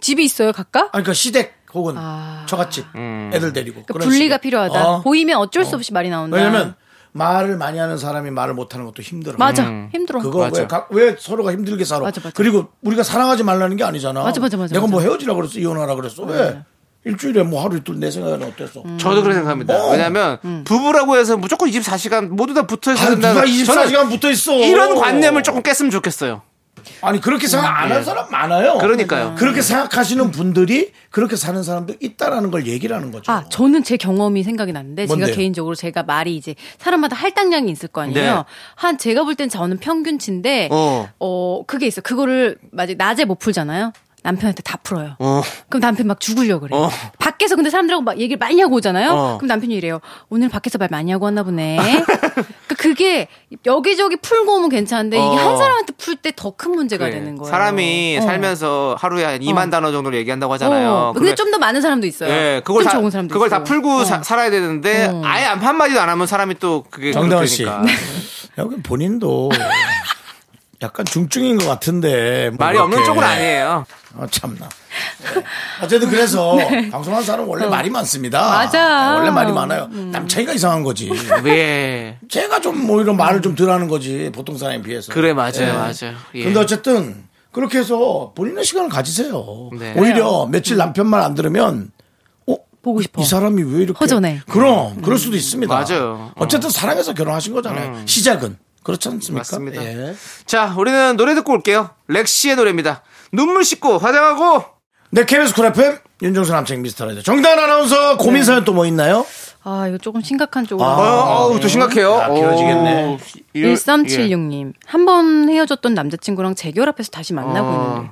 [SPEAKER 5] 집이 있어요, 각각?
[SPEAKER 1] 아 그러니까 시댁 혹은
[SPEAKER 5] 아.
[SPEAKER 1] 처갓집 애들 데리고
[SPEAKER 5] 그
[SPEAKER 1] 그런
[SPEAKER 5] 분리가
[SPEAKER 1] 식의.
[SPEAKER 5] 필요하다.
[SPEAKER 1] 어.
[SPEAKER 5] 보이면 어쩔 수 없이 말이 나온다.
[SPEAKER 1] 왜냐면 말을 많이 하는 사람이 말을 못하는 것도 힘들어.
[SPEAKER 5] 맞아. 힘들어.
[SPEAKER 1] 그거
[SPEAKER 2] 음. 맞아.
[SPEAKER 1] 왜, 각- 왜 서로가 힘들게 살아?
[SPEAKER 5] 맞아, 맞아.
[SPEAKER 1] 그리고 우리가 사랑하지 말라는 게 아니잖아.
[SPEAKER 5] 맞아, 맞아, 맞아,
[SPEAKER 1] 내가 뭐
[SPEAKER 5] 맞아. 음.
[SPEAKER 1] 헤어지라 그랬어, 이혼하라 그랬어. 왜? 일주일에 뭐 하루 이틀 내 생각에는 어땠어?
[SPEAKER 2] 저도 그렇게 생각합니다.
[SPEAKER 1] 어.
[SPEAKER 2] 왜냐면
[SPEAKER 5] 음.
[SPEAKER 2] 부부라고 해서 무조건 24시간 모두 다 붙어 있어야
[SPEAKER 1] 아유,
[SPEAKER 2] 된다.
[SPEAKER 1] 누가 24시간 붙어 있어?
[SPEAKER 2] 이런 관념을 조금 깼으면 좋겠어요.
[SPEAKER 1] 아니 그렇게 생각 안 할 사람 많아요.
[SPEAKER 2] 네.
[SPEAKER 5] 음.
[SPEAKER 2] 그러니까요.
[SPEAKER 1] 그렇게 생각하시는 분들이 그렇게 사는 사람도 있다라는 걸 얘기라는 거죠.
[SPEAKER 5] 아, 저는 제 경험이 생각이 났는데
[SPEAKER 1] 뭔데요?
[SPEAKER 5] 제가 개인적으로 제가 말이 이제 사람마다 할당량이 있을 거 아니에요.
[SPEAKER 2] 네.
[SPEAKER 5] 한 제가 볼 땐 저는 평균치인데
[SPEAKER 2] 어.
[SPEAKER 5] 어. 그게 있어. 그거를 맞아 낮에 못 풀잖아요. 남편한테 다 풀어요.
[SPEAKER 2] 어.
[SPEAKER 5] 그럼 남편 막 죽으려 그래.
[SPEAKER 2] 어.
[SPEAKER 5] 요 밖에서 근데 사람들하고 막 얘기를 많이 하고 오잖아요.
[SPEAKER 2] 어.
[SPEAKER 5] 그럼 남편이 이래요. 오늘 밖에서 말 많이 하고 왔나 보네. 그러니까 그게 여기저기 풀고 오면 괜찮은데
[SPEAKER 2] 어.
[SPEAKER 5] 이게 한 사람한테 풀 때 더 큰 문제가
[SPEAKER 2] 그래.
[SPEAKER 5] 되는 거예요.
[SPEAKER 2] 네. 사람이
[SPEAKER 5] 어.
[SPEAKER 2] 살면서 하루에 한 2만
[SPEAKER 5] 어.
[SPEAKER 2] 단어 정도를 얘기한다고 하잖아요.
[SPEAKER 5] 어. 근데
[SPEAKER 2] 그게-
[SPEAKER 5] 좀 더 많은 사람도 있어요.
[SPEAKER 2] 예, 그걸
[SPEAKER 5] 좀
[SPEAKER 2] 다,
[SPEAKER 5] 적은 사람도
[SPEAKER 2] 그걸
[SPEAKER 5] 있어요.
[SPEAKER 2] 다 풀고 사-
[SPEAKER 5] 어.
[SPEAKER 2] 살아야 되는데
[SPEAKER 5] 어.
[SPEAKER 2] 아예 안- 한마디도 안 하면 사람이 또 그게
[SPEAKER 1] 정다은
[SPEAKER 2] 그렇게
[SPEAKER 1] 씨.
[SPEAKER 2] 되니까.
[SPEAKER 1] (laughs) 여기 본인도 약간 중증인 것 같은데 뭐
[SPEAKER 2] 말이 없는
[SPEAKER 1] 그렇게.
[SPEAKER 2] 쪽은 아니에요.
[SPEAKER 1] 아, 참나. 네. 어쨌든
[SPEAKER 5] (laughs)
[SPEAKER 1] 그래서 방송하는 사람은 원래 말이 많습니다.
[SPEAKER 5] 네. 어. 맞아.
[SPEAKER 1] 네, 원래 말이 많아요.
[SPEAKER 5] 음.
[SPEAKER 1] 남창이가 이상한 거지.
[SPEAKER 2] 예.
[SPEAKER 1] 제가 좀 오히려 말을 좀 덜하는 거지 보통 사람에 비해서.
[SPEAKER 2] 그래 맞아요
[SPEAKER 1] 예.
[SPEAKER 2] 맞아요. 예.
[SPEAKER 1] 근데 어쨌든 그렇게 해서 본인의 시간을 가지세요.
[SPEAKER 2] 네.
[SPEAKER 1] 오히려
[SPEAKER 5] 음.
[SPEAKER 1] 며칠 남편 말 안 들으면 어?
[SPEAKER 5] 보고 싶어.
[SPEAKER 1] 이 사람이 왜 이렇게
[SPEAKER 5] 허전해.
[SPEAKER 1] 그럼 그럴 수도 있습니다.
[SPEAKER 2] 뭐. 음. 맞아요. 음.
[SPEAKER 1] 어쨌든 사랑해서 결혼하신 거잖아요. 시작은 그렇지 않습니까?
[SPEAKER 2] 맞습니다.
[SPEAKER 1] 예.
[SPEAKER 2] 자 우리는 노래 듣고 올게요. 렉시의 노래입니다. 눈물 씻고 화장하고
[SPEAKER 1] 네, KBS 쿨 FM 윤정수 남창 미스터라이드 정단 아나운서 고민
[SPEAKER 2] 네.
[SPEAKER 1] 사연 또 뭐 있나요?
[SPEAKER 5] 아, 이거 조금 심각한 쪽으로.
[SPEAKER 2] 어, 어우 더 심각해요.
[SPEAKER 1] 아, 길어지겠네.
[SPEAKER 2] 어우, 일- 예.
[SPEAKER 5] 1376님. 한 번 헤어졌던 남자친구랑 제 결합해서 다시 만나고 있는데.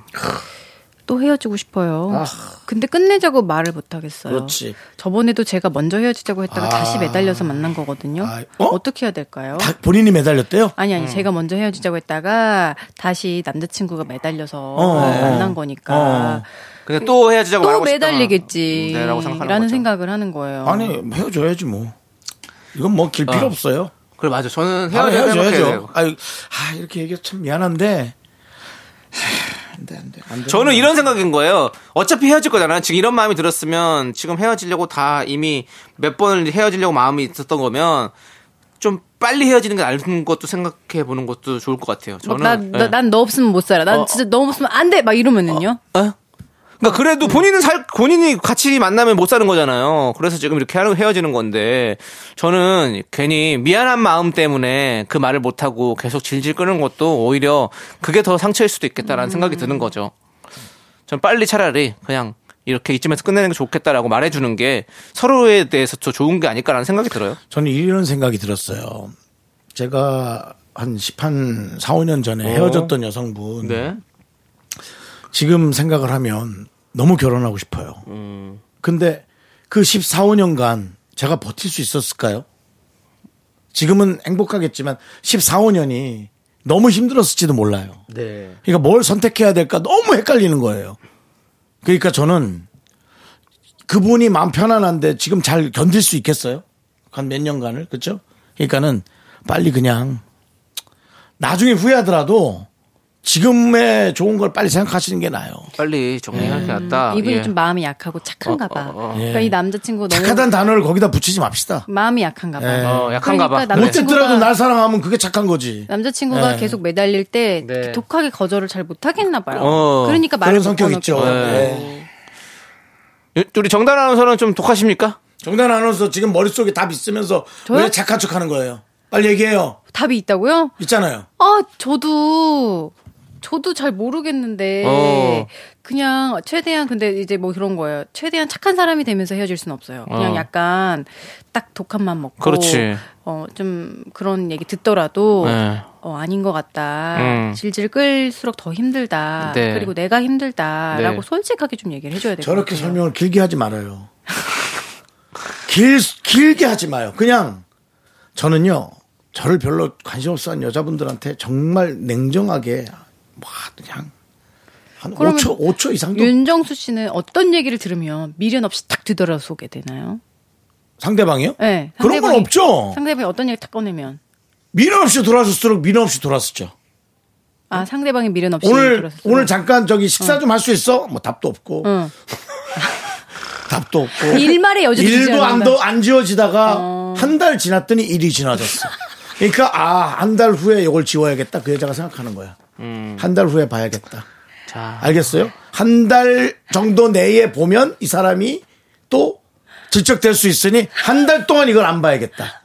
[SPEAKER 5] 또 헤어지고 싶어요. 근데 끝내자고 말을 못하겠어요.
[SPEAKER 1] 그렇지.
[SPEAKER 5] 저번에도 제가 먼저 헤어지자고 했다가
[SPEAKER 1] 아.
[SPEAKER 5] 다시 매달려서 만난 거거든요.
[SPEAKER 1] 아, 어?
[SPEAKER 5] 어떻게 해야 될까요?
[SPEAKER 1] 다 본인이 매달렸대요.
[SPEAKER 2] 어.
[SPEAKER 5] 아니 아니 제가 먼저 헤어지자고 했다가 다시 남자친구가 매달려서
[SPEAKER 1] 어, 어.
[SPEAKER 5] 만난 거니까
[SPEAKER 1] 어.
[SPEAKER 2] 근데 또 헤어지자고
[SPEAKER 5] 또
[SPEAKER 2] 말하고 싶다. 음,
[SPEAKER 5] 매달리겠지라는
[SPEAKER 2] 네라고 생각하는 거죠.
[SPEAKER 5] 생각을 하는 거예요.
[SPEAKER 1] 아니 뭐 헤어져야지 뭐. 이건 뭐 길
[SPEAKER 2] 아.
[SPEAKER 1] 필요 없어요.
[SPEAKER 2] 그래 맞아. 저는
[SPEAKER 1] 바로
[SPEAKER 2] 헤어져야
[SPEAKER 1] 헤어져야죠.
[SPEAKER 2] 돼요.
[SPEAKER 1] 아유, 아 이렇게 얘기 참 미안한데. 하, 안 돼, 안 돼, 안 돼.
[SPEAKER 2] 저는 이런 생각인 거예요. 어차피 헤어질 거잖아요. 지금 이런 마음이 들었으면 지금 헤어지려고 다 이미 몇 번을 헤어지려고 마음이 있었던 거면 좀 빨리 헤어지는 게 나은 것도 생각해 보는 것도 좋을 것 같아요. 저는
[SPEAKER 5] 뭐,
[SPEAKER 2] 예.
[SPEAKER 5] 난난 너 없으면 못 살아. 난
[SPEAKER 2] 어,
[SPEAKER 5] 진짜 너 없으면 안 돼. 막 이러면은요.
[SPEAKER 2] 어? 그러니까 그래도 본인은 살 본인이 같이 만나면 못 사는 거잖아요. 그래서 지금 이렇게 하는- 헤어지는 건데 저는 괜히 미안한 마음 때문에 그 말을 못 하고 계속 질질 끄는 것도 오히려 그게 더 상처일 수도 있겠다라는 생각이 드는 거죠. 전 빨리 차라리 그냥 이렇게 이쯤에서 끝내는 게 좋겠다라고 말해주는 게 서로에 대해서 더 좋은 게 아닐까라는 생각이 들어요.
[SPEAKER 1] 저는 이런 생각이 들었어요. 제가 한 10, 한 4, 5년 전에 헤어졌던 여성분.
[SPEAKER 2] 네.
[SPEAKER 1] 지금 생각을 하면 너무 결혼하고 싶어요. 근데 그 14, 5년간 제가 버틸 수 있었을까요? 지금은 행복하겠지만 14, 5년이 너무 힘들었을지도 몰라요.
[SPEAKER 2] 네.
[SPEAKER 1] 그러니까 뭘 선택해야 될까 너무 헷갈리는 거예요. 그러니까 저는 그분이 마음 편안한데 지금 잘 견딜 수 있겠어요? 한 몇 년간을 그렇죠? 그러니까는 빨리 그냥 나중에 후회하더라도 지금의 좋은 걸 빨리 생각하시는 게 나아요.
[SPEAKER 2] 빨리 정리하는 게 낫다.
[SPEAKER 5] 음, 이분이
[SPEAKER 2] 예. 어,
[SPEAKER 5] 좀 마음이 약하고 착한가 봐. 그러니까
[SPEAKER 1] 예.
[SPEAKER 5] 이 남자친구 너무
[SPEAKER 1] 착하다는 단어를 거기다 붙이지 맙시다.
[SPEAKER 5] 마음이 약한가 봐.
[SPEAKER 1] 예.
[SPEAKER 2] 어, 약한가 봐.
[SPEAKER 5] 그러니까
[SPEAKER 1] 못
[SPEAKER 5] 남자친구가-
[SPEAKER 1] 됐더라도 날 사랑하면 그게 착한 거지.
[SPEAKER 5] 남자친구가
[SPEAKER 1] 예.
[SPEAKER 5] 계속 매달릴 때
[SPEAKER 2] 네.
[SPEAKER 5] 독하게 거절을 잘 못하겠나 봐요.
[SPEAKER 2] 어,
[SPEAKER 5] 그러니까
[SPEAKER 1] 그런
[SPEAKER 5] 말을 못
[SPEAKER 1] 성격
[SPEAKER 5] 꺼놓고.
[SPEAKER 1] 있죠. 예.
[SPEAKER 2] 우리 정단 아나운서는 좀 독하십니까?
[SPEAKER 1] 정단 아나운서 지금 머릿속에 답 있으면서
[SPEAKER 5] 저요?
[SPEAKER 1] 왜 착한 척 하는 거예요? 빨리 얘기해요.
[SPEAKER 5] 답이 있다고요?
[SPEAKER 1] 있잖아요.
[SPEAKER 5] 아, 저도 저도 잘 모르겠는데
[SPEAKER 2] 어.
[SPEAKER 5] 그냥 최대한 근데 이제 뭐 그런 거예요. 최대한 착한 사람이 되면서 헤어질 순 없어요. 그냥
[SPEAKER 2] 어.
[SPEAKER 5] 약간 딱 독한 맘 먹고
[SPEAKER 2] 그렇지.
[SPEAKER 5] 어, 좀 그런 얘기 듣더라도
[SPEAKER 2] 네.
[SPEAKER 5] 어, 아닌 것 같다.
[SPEAKER 2] 음.
[SPEAKER 5] 질질 끌수록 더 힘들다.
[SPEAKER 2] 네.
[SPEAKER 5] 그리고 내가
[SPEAKER 2] 네.
[SPEAKER 5] 힘들다라고 솔직하게 좀 얘기를 네, 해줘야 돼요.
[SPEAKER 1] 저렇게 설명을 길게 하지 말아요. 길, 길게 하지 마요. 그냥 저는요, 저를 별로 관심 없어 하는 여자분들한테 정말 냉정하게, 와, 그냥, 한
[SPEAKER 5] 그러면
[SPEAKER 1] 5초, 5초 이상도
[SPEAKER 5] 윤정수 씨는 어떤 얘기를 들으면 미련 없이 탁 뒤돌아서게 되나요?
[SPEAKER 1] 상대방이요?
[SPEAKER 5] 네,
[SPEAKER 1] 그런 건
[SPEAKER 5] 상대방이-
[SPEAKER 1] 없죠.
[SPEAKER 5] 상대방이 어떤 얘기 탁 꺼내면
[SPEAKER 1] 미련 없이 돌아섰을수록 미련 없이 돌아섰죠.
[SPEAKER 5] 아 상대방이 미련 없이
[SPEAKER 1] 네? 오늘
[SPEAKER 5] 들었어요.
[SPEAKER 1] 오늘 잠깐 저기 식사 좀 할 수 있어? 뭐 답도 없고
[SPEAKER 5] 응.
[SPEAKER 1] (laughs) 답도 없고
[SPEAKER 5] 일말의 여지도 주지
[SPEAKER 1] 일도
[SPEAKER 5] 않는다. 어.
[SPEAKER 1] 안도 안 지워지다가 한 달 지났더니 일이 지나졌어. 그러니까 아 한 달 후에 이걸 지워야겠다 그 여자가 생각하는 거야. 한 달 후에 봐야겠다.
[SPEAKER 2] 자.
[SPEAKER 1] 알겠어요? 한 달 정도 내에 보면 이 사람이 또 질척될 수 있으니 한 달 동안 이걸 안 봐야겠다.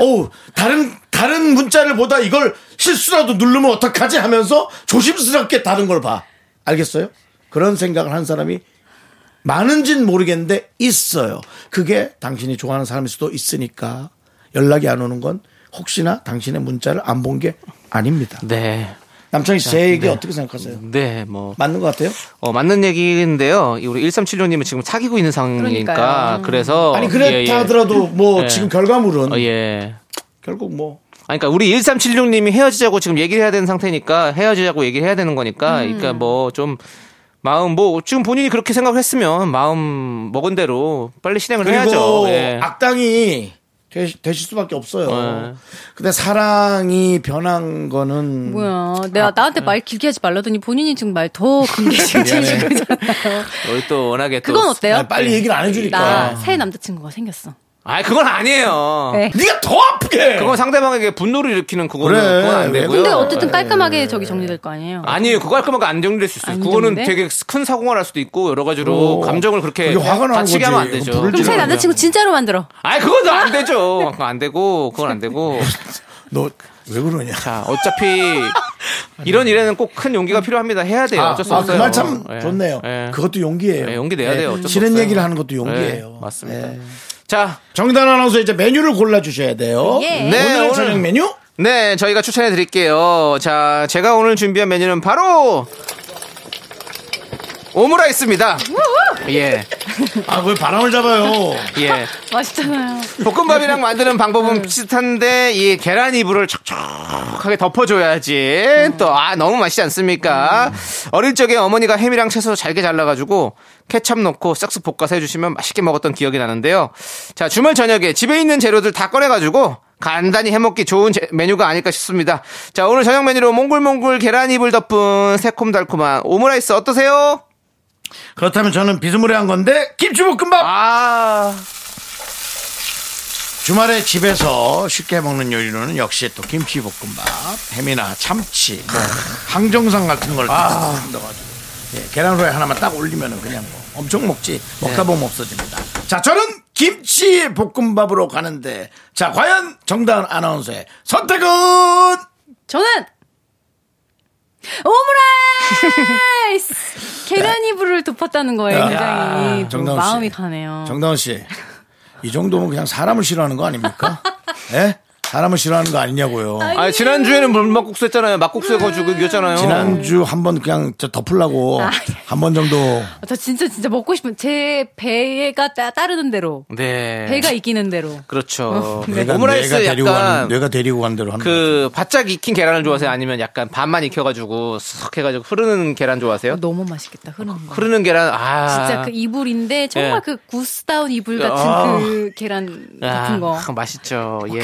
[SPEAKER 1] 어우 다른 다른 문자를 보다 이걸 실수라도 누르면 어떡하지 하면서 조심스럽게 다른 걸 봐. 알겠어요? 그런 생각을 한 사람이 많은진 모르겠는데 있어요. 그게 당신이 좋아하는 사람일 수도 있으니까 연락이 안 오는 건 혹시나 당신의 문자를 안 본 게 아닙니다.
[SPEAKER 2] 네.
[SPEAKER 1] 남창희 씨 제 얘기 어떻게 생각하세요?
[SPEAKER 2] 네, 뭐.
[SPEAKER 1] 맞는 것 같아요?
[SPEAKER 2] 어, 맞는 얘기인데요. 이 우리 1376님은 지금 사귀고 있는 상황이니까.
[SPEAKER 5] 그러니까요.
[SPEAKER 2] 그래서
[SPEAKER 1] 음. 아니 그렇다 하더라도 뭐 지금 결과물은
[SPEAKER 2] 어, 예.
[SPEAKER 1] 결국 뭐
[SPEAKER 2] 아니, 그러니까 우리 1376님이 헤어지자고 지금 얘기를 해야 되는 상태니까 헤어지자고 얘기를 해야 되는
[SPEAKER 5] 음.
[SPEAKER 2] 거니까. 그러니까 뭐 좀 마음 뭐 지금 본인이 그렇게 생각했으면 마음 먹은 대로 빨리 실행을 해야죠.
[SPEAKER 1] 그리고 아,
[SPEAKER 2] 예.
[SPEAKER 1] 악당이 되시, 되실 수밖에 없어요.
[SPEAKER 2] 네.
[SPEAKER 1] 근데 사랑이 변한 거는
[SPEAKER 5] 뭐야. 내가
[SPEAKER 1] 아,
[SPEAKER 5] 나한테
[SPEAKER 1] 네.
[SPEAKER 5] 말 길게 하지 말라더니 본인이 지금 말 더 길게 지금 지잖아요
[SPEAKER 2] 우리 또 워낙에 또
[SPEAKER 5] 그건 어때요?
[SPEAKER 1] 아니, 빨리 얘기를 안 해주니까
[SPEAKER 5] 나 새 남자친구가 생겼어.
[SPEAKER 2] 아니 그건 아니에요.
[SPEAKER 5] 네.
[SPEAKER 1] 네가 더 아프게
[SPEAKER 2] 그건 상대방에게 분노를 일으키는 그거는
[SPEAKER 1] 그래.
[SPEAKER 2] 그건 안 되고요.
[SPEAKER 5] 근데 어쨌든
[SPEAKER 1] 네.
[SPEAKER 5] 깔끔하게 저기 정리될 거 아니에요.
[SPEAKER 2] 아니에요. 그거 깔끔하게 안 정리될 수 있어요.
[SPEAKER 5] 안
[SPEAKER 2] 그거는
[SPEAKER 5] 정리돼?
[SPEAKER 2] 되게 큰 사고가 날 수도 있고 여러 가지로
[SPEAKER 1] 어.
[SPEAKER 2] 감정을 그렇게
[SPEAKER 1] 그게 화가 나는
[SPEAKER 2] 다치게 하면 안
[SPEAKER 1] 거지.
[SPEAKER 2] 되죠.
[SPEAKER 1] 그럼 불을
[SPEAKER 5] 그럼 새
[SPEAKER 1] 그러냐.
[SPEAKER 5] 남자친구 진짜로 만들어.
[SPEAKER 2] 아니 그건 안 되죠. 그건 안 되고 그건 안 되고.
[SPEAKER 1] 너 왜 그러냐?
[SPEAKER 2] 자 어차피
[SPEAKER 1] (laughs)
[SPEAKER 2] 이런 일에는 꼭 큰 용기가 필요합니다. 해야 돼요. 어쩔 수 없어요.
[SPEAKER 1] 그 말 참
[SPEAKER 2] 예.
[SPEAKER 1] 좋네요.
[SPEAKER 2] 예.
[SPEAKER 1] 그것도 용기예요.
[SPEAKER 2] 예, 용기 내야 돼요. 어쩔 수
[SPEAKER 1] 싫은
[SPEAKER 2] 없어요.
[SPEAKER 1] 얘기를 하는 것도 용기예요.
[SPEAKER 2] 예, 맞습니다.
[SPEAKER 1] 예.
[SPEAKER 2] 자,
[SPEAKER 1] 정단 아나운서 이제 메뉴를 골라 주셔야 돼요.
[SPEAKER 5] 예.
[SPEAKER 2] 네,
[SPEAKER 1] 오늘
[SPEAKER 2] 오늘-
[SPEAKER 1] 저녁 메뉴
[SPEAKER 2] 네 저희가 추천해 드릴게요. 자, 제가 오늘 준비한 메뉴는 바로 오므라이스입니다. 예,
[SPEAKER 1] 아 왜 바람을 잡아요?
[SPEAKER 2] 예.
[SPEAKER 5] 맛있잖아요.
[SPEAKER 2] 볶음밥이랑 만드는 방법은 비슷한데 이 계란 이불을 촉촉하게 덮어줘야지 또 아 너무 맛있지 않습니까? 어릴 적에 어머니가 햄이랑 채소 잘게 잘라가지고 케첩 넣고 싹둑 볶아서 해주시면 맛있게 먹었던 기억이 나는데요. 자 주말 저녁에 집에 있는 재료들 다 꺼내가지고 간단히 해먹기 좋은 제- 메뉴가 아닐까 싶습니다. 자 오늘 저녁 메뉴로 몽글몽글 계란 이불 덮은 새콤달콤한 오므라이스 어떠세요?
[SPEAKER 1] 그렇다면 저는 비스무리한 건데 김치볶음밥.
[SPEAKER 2] 아
[SPEAKER 1] 주말에 집에서 쉽게 먹는 요리로는 역시 또 김치볶음밥, 햄이나 참치, 뭐 항정살 같은 걸 아. 넣어가지고 예, 계란 후라이 하나만 딱 올리면은 그냥 뭐 엄청 먹지 먹다 보면 없어집니다. 자, 저는 김치볶음밥으로 가는데 자, 과연 정다은 아나운서의 선택은
[SPEAKER 5] 저는 오므라이스 계란 이불을 덮었다는 거에
[SPEAKER 1] 야,
[SPEAKER 5] 굉장히 좀
[SPEAKER 1] 아, 정다은 씨.
[SPEAKER 5] 마음이 가네요.
[SPEAKER 1] 정다은 씨. 이 정도면 그냥 사람을 싫어하는 거 (laughs) 아닙니까? 예? 사람을 싫어하는 거 아니냐고요.
[SPEAKER 2] 아니, 지난주에는 물막국수 했잖아요. 막국수 해가지고 이겼잖아요.
[SPEAKER 1] 지난주 한 번 그냥 저 덮으려고
[SPEAKER 5] 아.
[SPEAKER 1] 한 번 정도
[SPEAKER 5] 저 진짜 진짜 먹고 싶은 제 배가 따, 따르는 대로
[SPEAKER 2] 네.
[SPEAKER 5] 배가 이기는 대로
[SPEAKER 2] 그렇죠.
[SPEAKER 1] 내가,
[SPEAKER 2] 오므라이스
[SPEAKER 1] 내가 데리고 그 가는
[SPEAKER 2] 약간
[SPEAKER 1] 내가 데리고 간 대로 하는 그
[SPEAKER 2] 그 바짝 익힌 계란을 좋아하세요? 아니면 약간 반만 익혀가지고 쓱 해가지고 흐르는 계란 좋아하세요?
[SPEAKER 5] 너무 맛있겠다 흐르는 거.
[SPEAKER 2] 흐르는 계란 아
[SPEAKER 5] 진짜 그 이불인데 정말
[SPEAKER 2] 예.
[SPEAKER 5] 그 구스다운 이불 같은
[SPEAKER 2] 아.
[SPEAKER 5] 그 계란 같은
[SPEAKER 2] 아,
[SPEAKER 5] 거
[SPEAKER 2] 맛있죠. 예.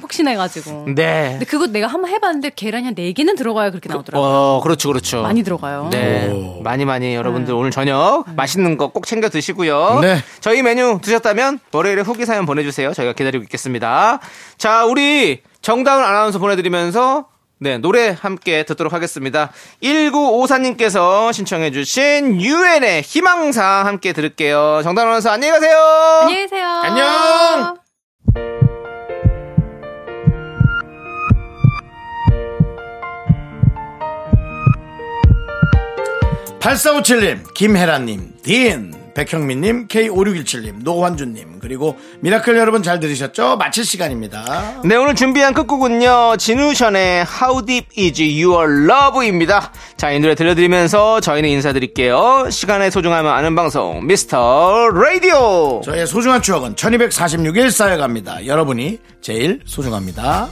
[SPEAKER 5] 폭신해가지고.
[SPEAKER 2] 네.
[SPEAKER 5] 근데 그거 내가 한번 해봤는데 계란이 한 4개는 들어가야 그렇게 나오더라고요.
[SPEAKER 2] 어 그렇죠 그렇죠.
[SPEAKER 5] 많이 들어가요.
[SPEAKER 2] 네. 많이 많이 여러분들
[SPEAKER 5] 네.
[SPEAKER 2] 오늘 저녁
[SPEAKER 5] 음.
[SPEAKER 2] 맛있는 거 꼭 챙겨 드시고요.
[SPEAKER 1] 네.
[SPEAKER 2] 저희 메뉴 드셨다면 월요일에 후기 사연 보내주세요. 저희가 기다리고 있겠습니다. 자, 우리 정다운 아나운서 보내드리면서 네, 노래 함께 듣도록 하겠습니다. 1954님께서 신청해주신 유엔의 희망사 함께 들을게요. 정다운 아나운서 안녕히 가세요.
[SPEAKER 5] 안녕히 계세요.
[SPEAKER 2] 안녕!
[SPEAKER 1] 거. 8457님, 김혜란님, 딘, 백형민님, K5617님, 노환주님 그리고 미라클 여러분 잘 들으셨죠? 마칠 시간입니다.
[SPEAKER 2] 네, 오늘 준비한 끝곡은요. 진우션의 How Deep Is Your Love입니다. 자, 이 노래 들려드리면서 저희는 인사드릴게요. 시간의 소중함을 아는 방송, 미스터 라디오!
[SPEAKER 1] 저의 소중한 추억은 1246일 쌓여갑니다. 여러분이 제일 소중합니다.